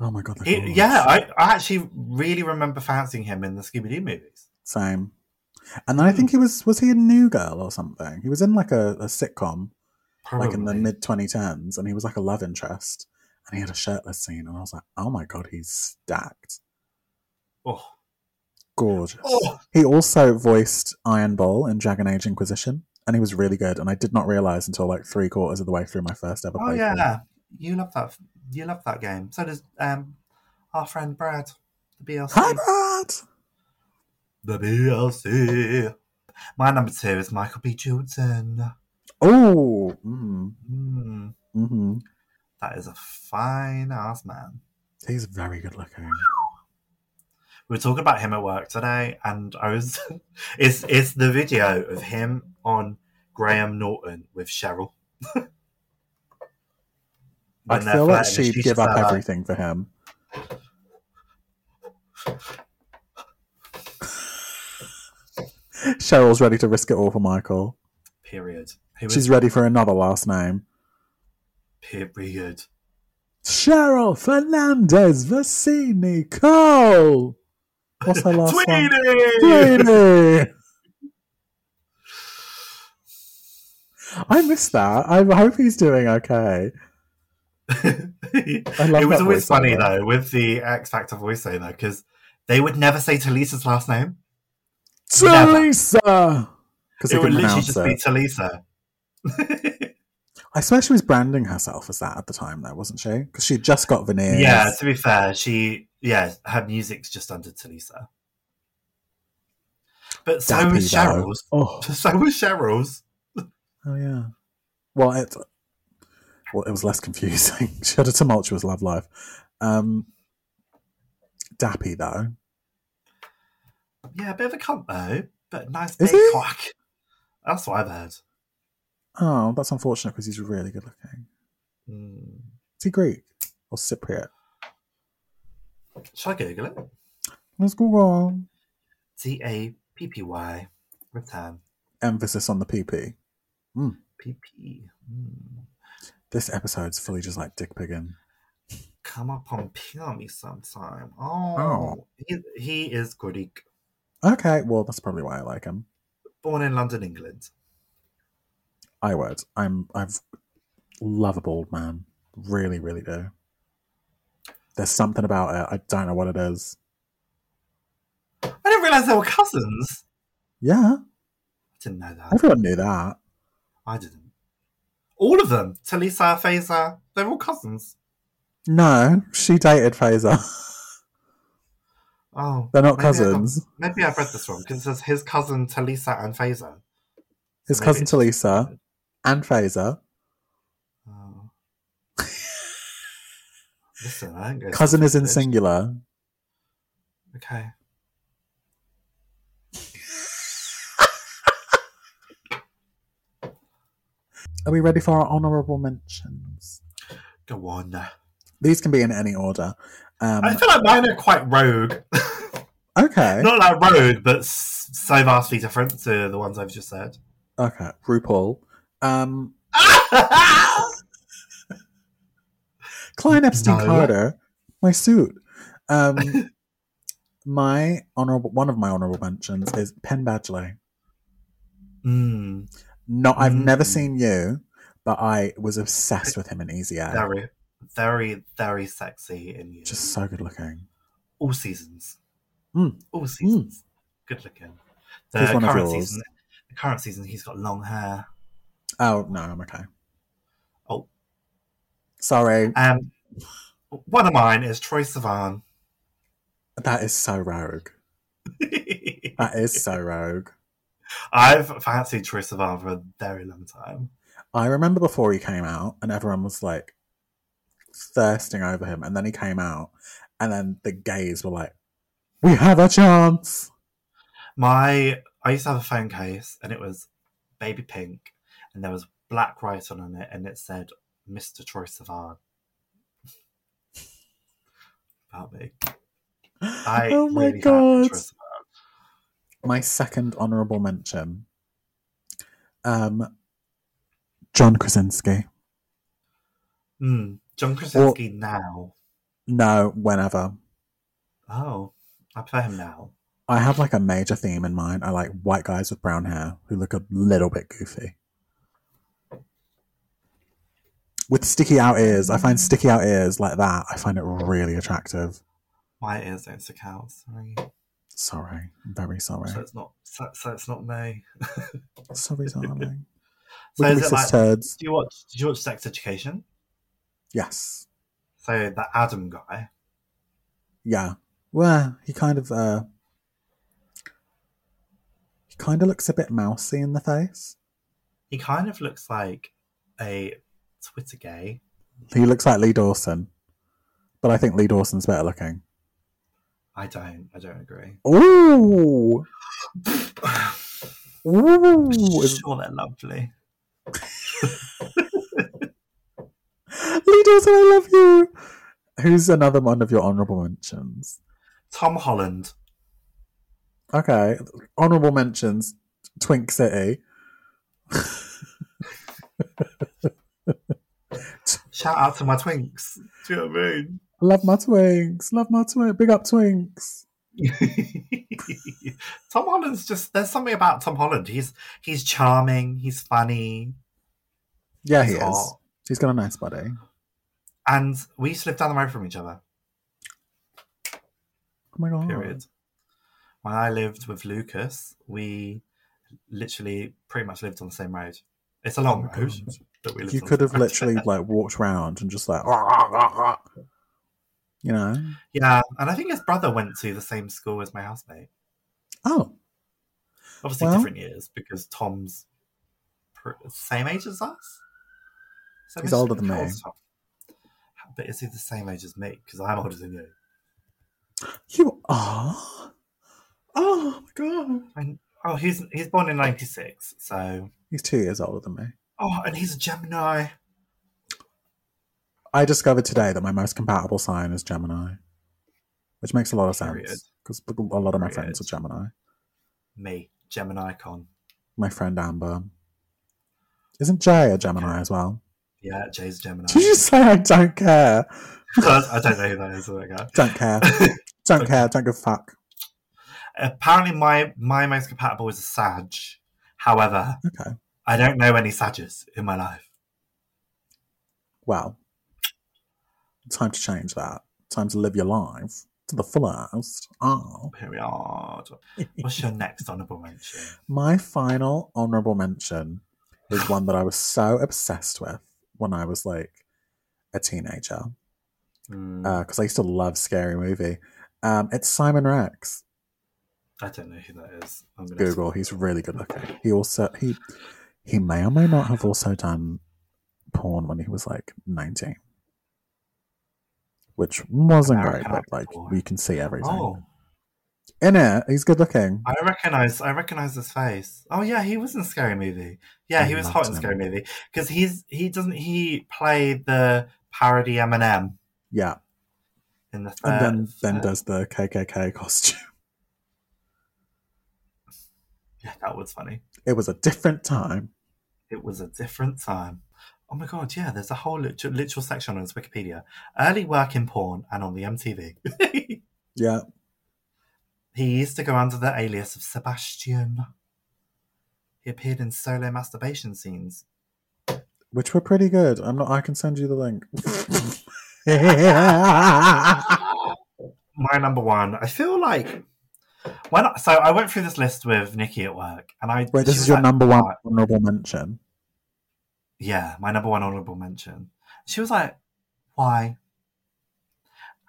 Speaker 2: oh my god, they're
Speaker 1: he-
Speaker 2: gorgeous.
Speaker 1: yeah, I, I actually really remember fancying him in the Scooby Doo movies.
Speaker 2: same. And then I think he was was he a New Girl or something? He was in like a, a sitcom
Speaker 1: Probably.
Speaker 2: like in the mid 2010s, and he was like a love interest, and he had a shirtless scene, and I was like, oh my god, he's stacked,
Speaker 1: oh.
Speaker 2: gorgeous.
Speaker 1: oh,
Speaker 2: He also voiced Iron Ball in Dragon Age Inquisition, and he was really good. And I did not realize until like three quarters of the way through my first ever.
Speaker 1: oh
Speaker 2: playthrough.
Speaker 1: yeah, you love that. You love that game. So does um our friend Brad, the BLC.
Speaker 2: Hi, Brad.
Speaker 1: The BLC. My number two is Michael B. Jordan.
Speaker 2: Oh, mm,
Speaker 1: Mm,
Speaker 2: hmm
Speaker 1: that is a fine ass man.
Speaker 2: he's very good looking.
Speaker 1: We were talking about him at work today, and I was. it's it's the video of him on Graham Norton with Cheryl.
Speaker 2: I
Speaker 1: When they're
Speaker 2: feel like
Speaker 1: flirting,
Speaker 2: she'd
Speaker 1: she's
Speaker 2: give
Speaker 1: just
Speaker 2: up
Speaker 1: like,
Speaker 2: everything for him. Cheryl's ready to risk it all for Michael.
Speaker 1: Period. Who is
Speaker 2: She's ready for another last name.
Speaker 1: period.
Speaker 2: Cheryl Fernandez Vecini Cole. What's her last
Speaker 1: Tweety!
Speaker 2: one? Tweety. I missed that. I hope he's doing okay. I love
Speaker 1: it was
Speaker 2: that
Speaker 1: always funny
Speaker 2: voiceover.
Speaker 1: though with the X Factor voiceover because they would never say Talisa's last name. Never.
Speaker 2: Talisa! Because he
Speaker 1: It would literally
Speaker 2: can pronounce
Speaker 1: just
Speaker 2: it.
Speaker 1: be Talisa.
Speaker 2: I swear she was branding herself as that at the time, though, wasn't she? Because she just got veneers.
Speaker 1: Yeah, to be fair, she yeah, her music's just under Talisa. But so
Speaker 2: Dappy,
Speaker 1: was
Speaker 2: though.
Speaker 1: Cheryl's.
Speaker 2: Oh,
Speaker 1: So was Cheryl's.
Speaker 2: oh yeah. Well, it well, it was less confusing. she had a tumultuous love life. Um, Dappy though,
Speaker 1: Yeah, a bit of a cunt though, but nice
Speaker 2: Is
Speaker 1: big
Speaker 2: he?
Speaker 1: cock. That's what I've heard.
Speaker 2: oh, that's unfortunate because he's really good looking.
Speaker 1: Mm.
Speaker 2: Is he Greek or Cypriot?
Speaker 1: Shall I Google it?
Speaker 2: Let's go on.
Speaker 1: T A P P Y return
Speaker 2: Emphasis on the PP.
Speaker 1: P P. Mm.
Speaker 2: This episode's fully just like dick pigging.
Speaker 1: Come up on peel me E sometime. Oh, He, he is Greek,
Speaker 2: Okay, well that's probably why I like him.
Speaker 1: born in London, England.
Speaker 2: I would. I'm. I've love a bald man. Really, really do. There's something about it. I don't know what it is.
Speaker 1: I didn't realize they were cousins.
Speaker 2: Yeah,
Speaker 1: I didn't know that.
Speaker 2: everyone knew that.
Speaker 1: I didn't. All of them. Talisa, Faza, they're all cousins.
Speaker 2: No, she dated Fraser.
Speaker 1: Oh.
Speaker 2: They're
Speaker 1: maybe I
Speaker 2: not
Speaker 1: got-
Speaker 2: cousins.
Speaker 1: maybe I've read this wrong because it says his cousin Talisa and Faza.
Speaker 2: His
Speaker 1: maybe
Speaker 2: cousin
Speaker 1: it's just-
Speaker 2: Talisa and Fraser.
Speaker 1: Oh. Listen, I don't go
Speaker 2: Cousin is in
Speaker 1: stupid.
Speaker 2: singular.
Speaker 1: Okay.
Speaker 2: Are we ready for our honourable mentions?
Speaker 1: Go on.
Speaker 2: Um, These can be in any order. Um,
Speaker 1: I feel like mine are quite rogue.
Speaker 2: okay.
Speaker 1: Not like rogue, but s- so vastly different to the ones I've just said.
Speaker 2: Okay. RuPaul. Um, Klein Epstein
Speaker 1: No.
Speaker 2: Carter, my suit. Um, my honorable, one of my honorable mentions is Penn Badgley.
Speaker 1: Mm,
Speaker 2: No, I've never
Speaker 1: Mm.
Speaker 2: seen you, but I was obsessed with him in Easy Air.
Speaker 1: very, very, very sexy in you.
Speaker 2: Just so good looking.
Speaker 1: all seasons.
Speaker 2: Mm.
Speaker 1: All seasons. Good looking. The
Speaker 2: He's one of
Speaker 1: current
Speaker 2: yours.
Speaker 1: season. The current season, he's got long hair.
Speaker 2: Oh no, I'm okay.
Speaker 1: Oh.
Speaker 2: sorry,
Speaker 1: Um, one of mine is Troy Sivan.
Speaker 2: that is so rogue. That is so rogue.
Speaker 1: I've fancied Troy Sivan for a very long time.
Speaker 2: I remember before he came out, and everyone was like thirsting over him, and then he came out, and then the gays were like, "We have a chance."
Speaker 1: My I used to have a phone case and it was baby pink and there was black writing on it and it said Mr. Troy Sivan. About me. I
Speaker 2: oh my
Speaker 1: really
Speaker 2: god!
Speaker 1: fancied Troye Sivan.
Speaker 2: My second honorable mention, um, John Krasinski.
Speaker 1: Mm. John Krasinski now.
Speaker 2: No, whenever.
Speaker 1: Oh, I prefer him now.
Speaker 2: I have like a major theme in mind. I like white guys with brown hair who look a little bit goofy. With sticky out ears. I find sticky out ears like that. I find it really attractive.
Speaker 1: My ears don't stick out. Sorry,
Speaker 2: Sorry. I'm very sorry.
Speaker 1: so it's not. So, so it's not me.
Speaker 2: Sorry, darling.
Speaker 1: So
Speaker 2: We can be
Speaker 1: is it like?
Speaker 2: cis turds.
Speaker 1: Do you watch? Did you watch Sex Education?
Speaker 2: Yes.
Speaker 1: So that Adam guy.
Speaker 2: Yeah. Well, he kind of uh he kind of looks a bit mousy in the face.
Speaker 1: He kind of looks like a Twitter gay.
Speaker 2: He looks like Lee Dawson. But I think Lee Dawson's better looking.
Speaker 1: I don't. I don't agree.
Speaker 2: Ooh. Ooh. is-
Speaker 1: sure, they're lovely.
Speaker 2: Lee Dawson, I love you. Who's another one of your honourable mentions?
Speaker 1: Tom Holland.
Speaker 2: Okay, honourable mentions: Twink City.
Speaker 1: Shout out to my twinks. Do you know what I mean?
Speaker 2: Love my twinks. Love my twinks. Big up twinks.
Speaker 1: Tom Holland's just there's something about Tom Holland. He's he's charming, he's funny,
Speaker 2: Yeah, he
Speaker 1: he's
Speaker 2: is.
Speaker 1: hot.
Speaker 2: He's got a nice body.
Speaker 1: And we used to live down the road from each other.
Speaker 2: Oh my god.
Speaker 1: Period. When I lived with Lucas, we literally pretty much lived on the same road. It's a long
Speaker 2: Oh my
Speaker 1: road,
Speaker 2: God.
Speaker 1: but we lived
Speaker 2: You
Speaker 1: on
Speaker 2: could
Speaker 1: the
Speaker 2: have
Speaker 1: same road.
Speaker 2: literally like walked round and just like,
Speaker 1: Ah.
Speaker 2: you know.
Speaker 1: yeah. And I think his brother went to the same school as my housemate.
Speaker 2: Oh,
Speaker 1: Obviously,
Speaker 2: Well-
Speaker 1: different years because Tom's pr- same age as us. Same
Speaker 2: He's
Speaker 1: age-
Speaker 2: older than
Speaker 1: how
Speaker 2: me.
Speaker 1: old is Tom? But is he the same age as me? Because I'm older than you.
Speaker 2: you are. Oh my god.
Speaker 1: And, oh, he's he's born in '96, so
Speaker 2: He's two years older than me.
Speaker 1: oh, and he's a Gemini.
Speaker 2: I discovered today that my most compatible sign is Gemini, which makes a lot of
Speaker 1: Period.
Speaker 2: sense because a lot of my friends
Speaker 1: Period.
Speaker 2: are Gemini.
Speaker 1: Me, Gemini con.
Speaker 2: My friend Amber. Isn't Jay a Gemini as well?
Speaker 1: Yeah, Jay's Gemini.
Speaker 2: Did you just say I don't care?
Speaker 1: I don't know who that is. Okay.
Speaker 2: Don't care. don't care. Don't give a fuck.
Speaker 1: Apparently, my my most compatible is a Sag. However,
Speaker 2: Okay.
Speaker 1: I don't know any Sages in my life.
Speaker 2: Well, time to change that. Time to live your life to the fullest. Oh.
Speaker 1: Period. What's your next honourable mention?
Speaker 2: My final honorable mention is one that I was so obsessed with when I was like a teenager.
Speaker 1: Hmm,
Speaker 2: because I used to love Scary Movie. Um, it's Simon Rex.
Speaker 1: I don't know who that is. I'm gonna
Speaker 2: Google. He's really good looking. He also he he may or may not have also done porn when he was like nineteen, which wasn't great.
Speaker 1: American
Speaker 2: But
Speaker 1: Idol
Speaker 2: like
Speaker 1: porn.
Speaker 2: we can see everything
Speaker 1: Oh,
Speaker 2: in it. He's good looking.
Speaker 1: I recognize. I recognize his face. Oh yeah, he was in Scary Movie. Yeah,
Speaker 2: I
Speaker 1: he was
Speaker 2: loved
Speaker 1: hot in
Speaker 2: him.
Speaker 1: Scary Movie because he's he doesn't he play the parody Eminem
Speaker 2: Yeah,
Speaker 1: in the third.
Speaker 2: and then then
Speaker 1: third-
Speaker 2: does the KKK costume.
Speaker 1: yeah, that was funny.
Speaker 2: It was a different time.
Speaker 1: It was a different time. Oh my god, yeah, there's a whole lit- literal section on his Wikipedia. Early work in porn and on the MTV.
Speaker 2: Yeah.
Speaker 1: he used to go under the alias of Sebastian. He appeared in solo masturbation scenes.
Speaker 2: Which were pretty good. I'm not I can send you the link.
Speaker 1: my number one. I feel like when I, so I went through this list with Nikki at work, and I
Speaker 2: Wait,
Speaker 1: she
Speaker 2: this
Speaker 1: was
Speaker 2: is your
Speaker 1: like,
Speaker 2: number one
Speaker 1: "Right."
Speaker 2: honorable mention.
Speaker 1: Yeah, my number one honorable mention. She was like, "Why?"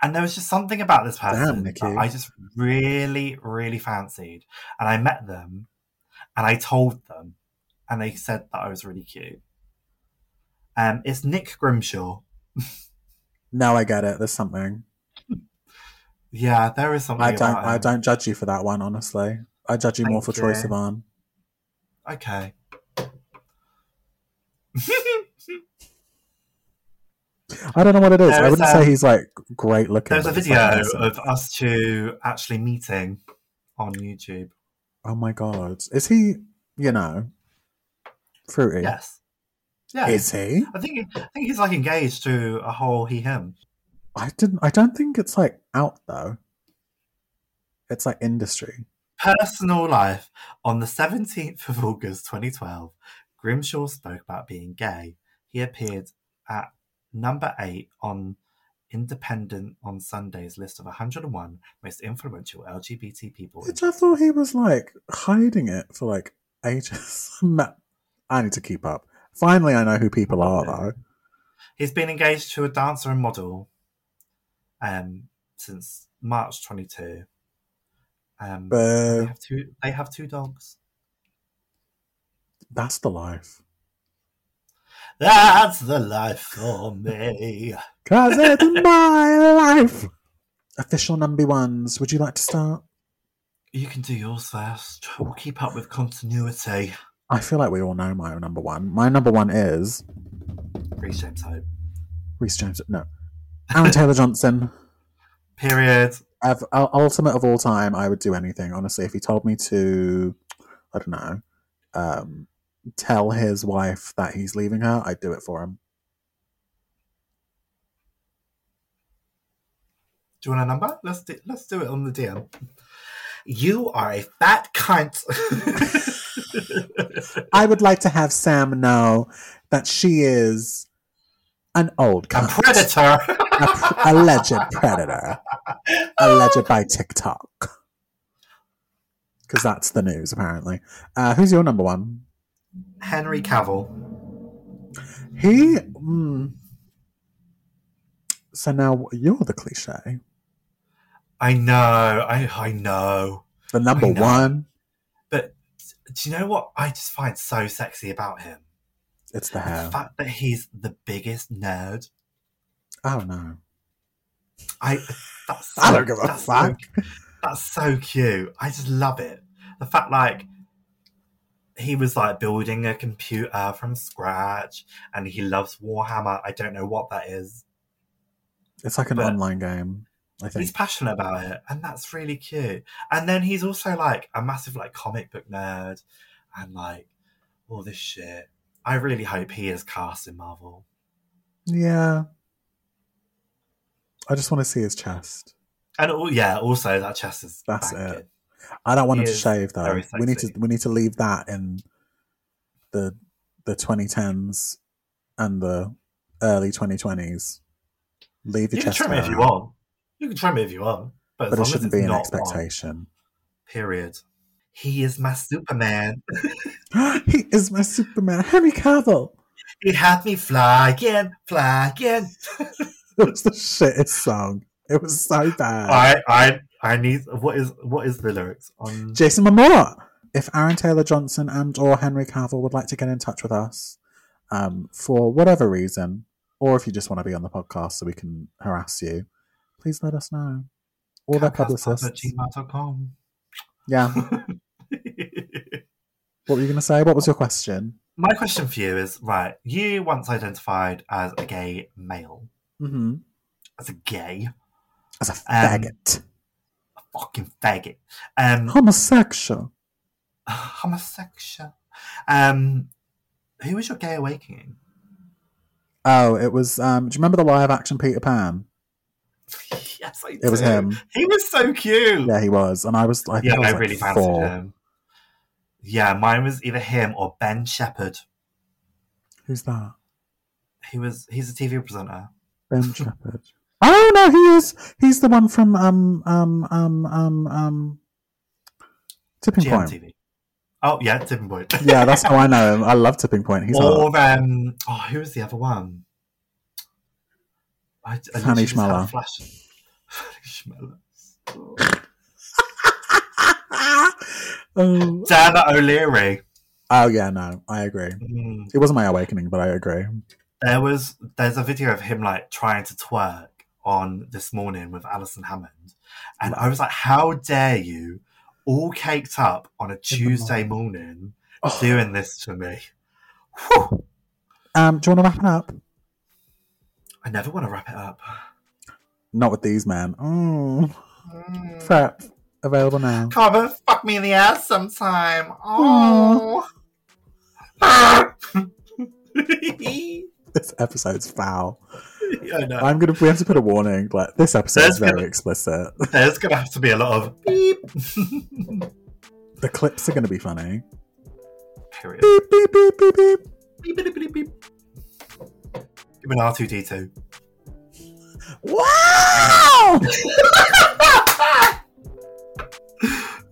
Speaker 1: And there was just something about this person
Speaker 2: Damn, Nikki.
Speaker 1: that I just really, really fancied, and I met them, and I told them, and they said that I was really cute. Um, it's Nick Grimshaw.
Speaker 2: Now I get it. There's something.
Speaker 1: Yeah, there is something.
Speaker 2: I don't.
Speaker 1: about
Speaker 2: I
Speaker 1: him.
Speaker 2: don't judge you for that one. Honestly, I judge you more for
Speaker 1: Thank
Speaker 2: Troy
Speaker 1: you.
Speaker 2: Sivan.
Speaker 1: Okay.
Speaker 2: I don't know what it is. I
Speaker 1: There's,
Speaker 2: wouldn't
Speaker 1: um,
Speaker 2: say he's like great looking.
Speaker 1: There's a
Speaker 2: but he's,
Speaker 1: video
Speaker 2: like, handsome.
Speaker 1: of us two actually meeting on YouTube.
Speaker 2: Oh my god, is he? You know, fruity.
Speaker 1: Yes. Yeah.
Speaker 2: Is he?
Speaker 1: I think I think he's like engaged to a whole he him.
Speaker 2: I didn't. I don't think it's like out though. It's like industry.
Speaker 1: Personal life. On the 17th of August 2012, Grimshaw spoke about being gay. He appeared at number eight on Independent on Sunday's list of 101 most influential LGBT people. in
Speaker 2: Which I thought he was like hiding it for like ages. Ma- I need to keep up. Finally, I know who people are though.
Speaker 1: He's been engaged to a dancer and model um, since March 22. Um, they
Speaker 2: But
Speaker 1: have two. They have two dogs.
Speaker 2: that's the life.
Speaker 1: That's the life for me.
Speaker 2: Cause it's my life. Official number ones. Would you like to start?
Speaker 1: You can do yours first. We'll keep up with continuity.
Speaker 2: I feel like we all know my number one. My number one is
Speaker 1: Reese James Hope.
Speaker 2: Reese James. No, Aaron Taylor Johnson.
Speaker 1: Period.
Speaker 2: Of uh, ultimate of all time, I would do anything honestly. If he told me to, I don't know, um, tell his wife that he's leaving her, I'd do it for him.
Speaker 1: Do you want a number? Let's do, let's do it on the DM. You are a fat cunt.
Speaker 2: I would like to have Sam know that she is an old
Speaker 1: a
Speaker 2: cunt,
Speaker 1: predator.
Speaker 2: a pr- alleged predator, alleged by TikTok. Because that's the news, apparently. Uh, who's your number one?
Speaker 1: Henry Cavill.
Speaker 2: He. Mm, so now you're the cliche,
Speaker 1: I know. I I know.
Speaker 2: the number
Speaker 1: I know.
Speaker 2: one.
Speaker 1: But do you know what I just find so sexy about him?
Speaker 2: It's the
Speaker 1: The
Speaker 2: hair.
Speaker 1: fact that he's the biggest nerd.
Speaker 2: Oh no!
Speaker 1: I that's so,
Speaker 2: I don't give a
Speaker 1: that's
Speaker 2: fuck.
Speaker 1: So, that's so cute. I just love it. The fact like he was like building a computer from scratch and he loves Warhammer. I don't know what that is.
Speaker 2: It's like an
Speaker 1: But-
Speaker 2: online game. I think.
Speaker 1: He's passionate about it and that's really cute. And then he's also like a massive like comic book nerd and like all this shit. I really hope he is cast in Marvel.
Speaker 2: Yeah. I just want to see his chest.
Speaker 1: And all, yeah, also that chest is
Speaker 2: That's
Speaker 1: banging.
Speaker 2: it. I don't want
Speaker 1: He
Speaker 2: him to
Speaker 1: is
Speaker 2: shave though.
Speaker 1: very
Speaker 2: We need to
Speaker 1: sexy.
Speaker 2: we need to leave that in the the 2010s and the early 2020s. Leave your
Speaker 1: You can
Speaker 2: chest
Speaker 1: trim it if you
Speaker 2: out,
Speaker 1: want. You can trim it if you want. But, as
Speaker 2: but it
Speaker 1: long as
Speaker 2: shouldn't
Speaker 1: it's
Speaker 2: be an
Speaker 1: not wrong.
Speaker 2: expectation.
Speaker 1: Period. He is my Superman.
Speaker 2: he is my Superman, Henry Cavill.
Speaker 1: He had me flying, flying.
Speaker 2: It was the shittest song. It was so bad.
Speaker 1: I, I, I need. What is, what is the lyrics on?
Speaker 2: Jason Momoa. If Aaron Taylor Johnson and or Henry Cavill would like to get in touch with us um, for whatever reason, or if you just want to be on the podcast so we can harass you, please let us know. All their publicists.
Speaker 1: Gmail.com.
Speaker 2: Yeah. What were you going to say? What was your question?
Speaker 1: My question for you is right. You once identified as a gay male,
Speaker 2: Mm-hmm.
Speaker 1: as a gay
Speaker 2: As a
Speaker 1: Um,
Speaker 2: faggot,
Speaker 1: fucking faggot. Um,
Speaker 2: homosexual.
Speaker 1: homosexual. Um, who was your gay awakening?
Speaker 2: Oh, it was. Um, do you remember the live action Peter Pan?
Speaker 1: yes, I
Speaker 2: It was
Speaker 1: do.
Speaker 2: him.
Speaker 1: He was so cute.
Speaker 2: Yeah, he was. And I was. I think
Speaker 1: Yeah,
Speaker 2: I was
Speaker 1: I
Speaker 2: like
Speaker 1: really fancied
Speaker 2: four.
Speaker 1: him. Yeah, mine was either him or Ben Shepherd.
Speaker 2: Who's that?
Speaker 1: He was he's a TV presenter.
Speaker 2: Ben Shepherd. Oh no, he is. He's the one from um um um um um. Tipping Point.
Speaker 1: GMTV. Oh yeah, tipping point.
Speaker 2: Yeah, that's how I know him. I love Tipping Point. He's hot.
Speaker 1: or um, oh, who was the other one? I, I
Speaker 2: Fanny
Speaker 1: literally just had a
Speaker 2: Schmeller.
Speaker 1: flash. Schmeller.
Speaker 2: oh.
Speaker 1: Dana O'Leary.
Speaker 2: oh yeah, no, I agree.
Speaker 1: Mm.
Speaker 2: It wasn't my awakening, but I agree.
Speaker 1: There was there's a video of him like trying to twerk on this morning with Alison Hammond, and I was like, "How dare you, all caked up on a Tuesday morning,
Speaker 2: Oh.
Speaker 1: doing this to me?" Whew.
Speaker 2: Um, do you want to wrap it up?
Speaker 1: I never want to wrap it up.
Speaker 2: Not with these men. Mm.
Speaker 1: Mm.
Speaker 2: Prep available now.
Speaker 1: Carver, fuck me in the ass sometime. Oh.
Speaker 2: Aw. This episode's foul.
Speaker 1: I know.
Speaker 2: I'm gonna. We have to put a warning. Like this episode is
Speaker 1: There's
Speaker 2: very
Speaker 1: gonna-
Speaker 2: explicit.
Speaker 1: There's gonna have to be a lot of beep.
Speaker 2: The clips are gonna be funny.
Speaker 1: Period.
Speaker 2: Beep beep beep beep beep.
Speaker 1: Beep, beep, beep, beep. Give an R2D2.
Speaker 2: Wow.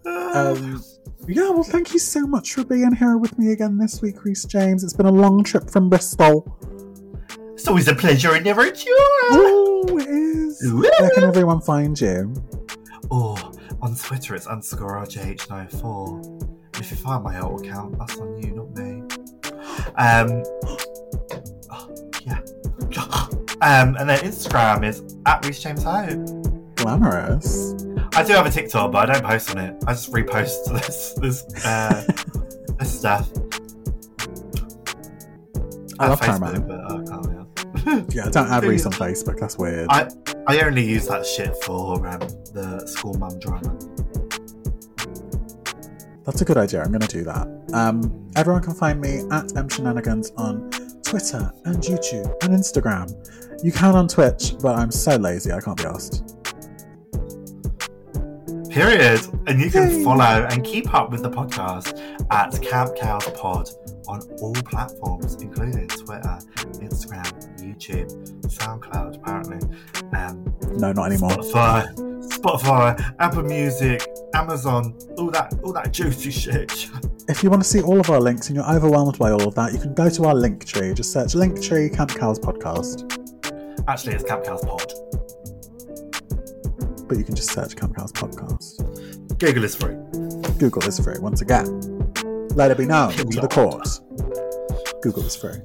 Speaker 1: Uh,
Speaker 2: um, yeah. Well, thank you so much for being here with me again this week, Reese James. It's been a long trip from Bristol.
Speaker 1: it's always a pleasure in your ritual.
Speaker 2: Oh, it is. Where can everyone find you?
Speaker 1: Oh, on Twitter it's underscore RJH94. If you find my old account, that's on you, not me. Um, oh, yeah. Um, and then Instagram is at Reese James Hope.
Speaker 2: Glamorous.
Speaker 1: I do have a TikTok, but I don't post on it. I just repost this this uh, this stuff.
Speaker 2: I
Speaker 1: Facebook,
Speaker 2: love Paramount.
Speaker 1: but I can't. Yeah.
Speaker 2: Yeah, don't add
Speaker 1: Do
Speaker 2: Reese
Speaker 1: you-
Speaker 2: on Facebook. That's weird.
Speaker 1: I I only use that shit for um, the school mum drama.
Speaker 2: That's a good idea. I'm going to do that. Um, everyone can find me at M Shenanigans on Twitter and YouTube and Instagram. You can on Twitch, but I'm so lazy. I can't be asked.
Speaker 1: Period. And you can
Speaker 2: Yay.
Speaker 1: follow and keep up with the podcast at Camp Cows Pod on all platforms, including Twitter, Instagram, YouTube, SoundCloud, apparently, um,
Speaker 2: No, not anymore.
Speaker 1: Spotify, Spotify, Apple Music, Amazon, all that, all that juicy shit.
Speaker 2: If you want to see all of our links and you're overwhelmed by all of that, you can go to our link tree. Just search Linktree Camp Cows Podcast.
Speaker 1: Actually, it's Camp Cows Pod.
Speaker 2: But you can just search Camp Cows Podcast.
Speaker 1: Google is free.
Speaker 2: Google is free once again. Let it be known to the court. Google is free.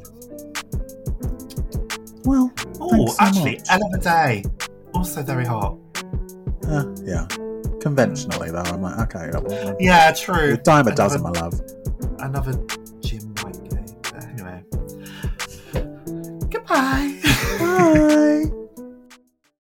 Speaker 2: Well,
Speaker 1: Oh,
Speaker 2: Thanks so
Speaker 1: actually,
Speaker 2: much.
Speaker 1: Ella Day, also very hot.
Speaker 2: Uh, yeah. Conventionally, though, I'm like, okay, yeah, well,
Speaker 1: Yeah, true.
Speaker 2: a dime a
Speaker 1: Another-
Speaker 2: dozen, my love.
Speaker 1: another Jim White game. But anyway, goodbye.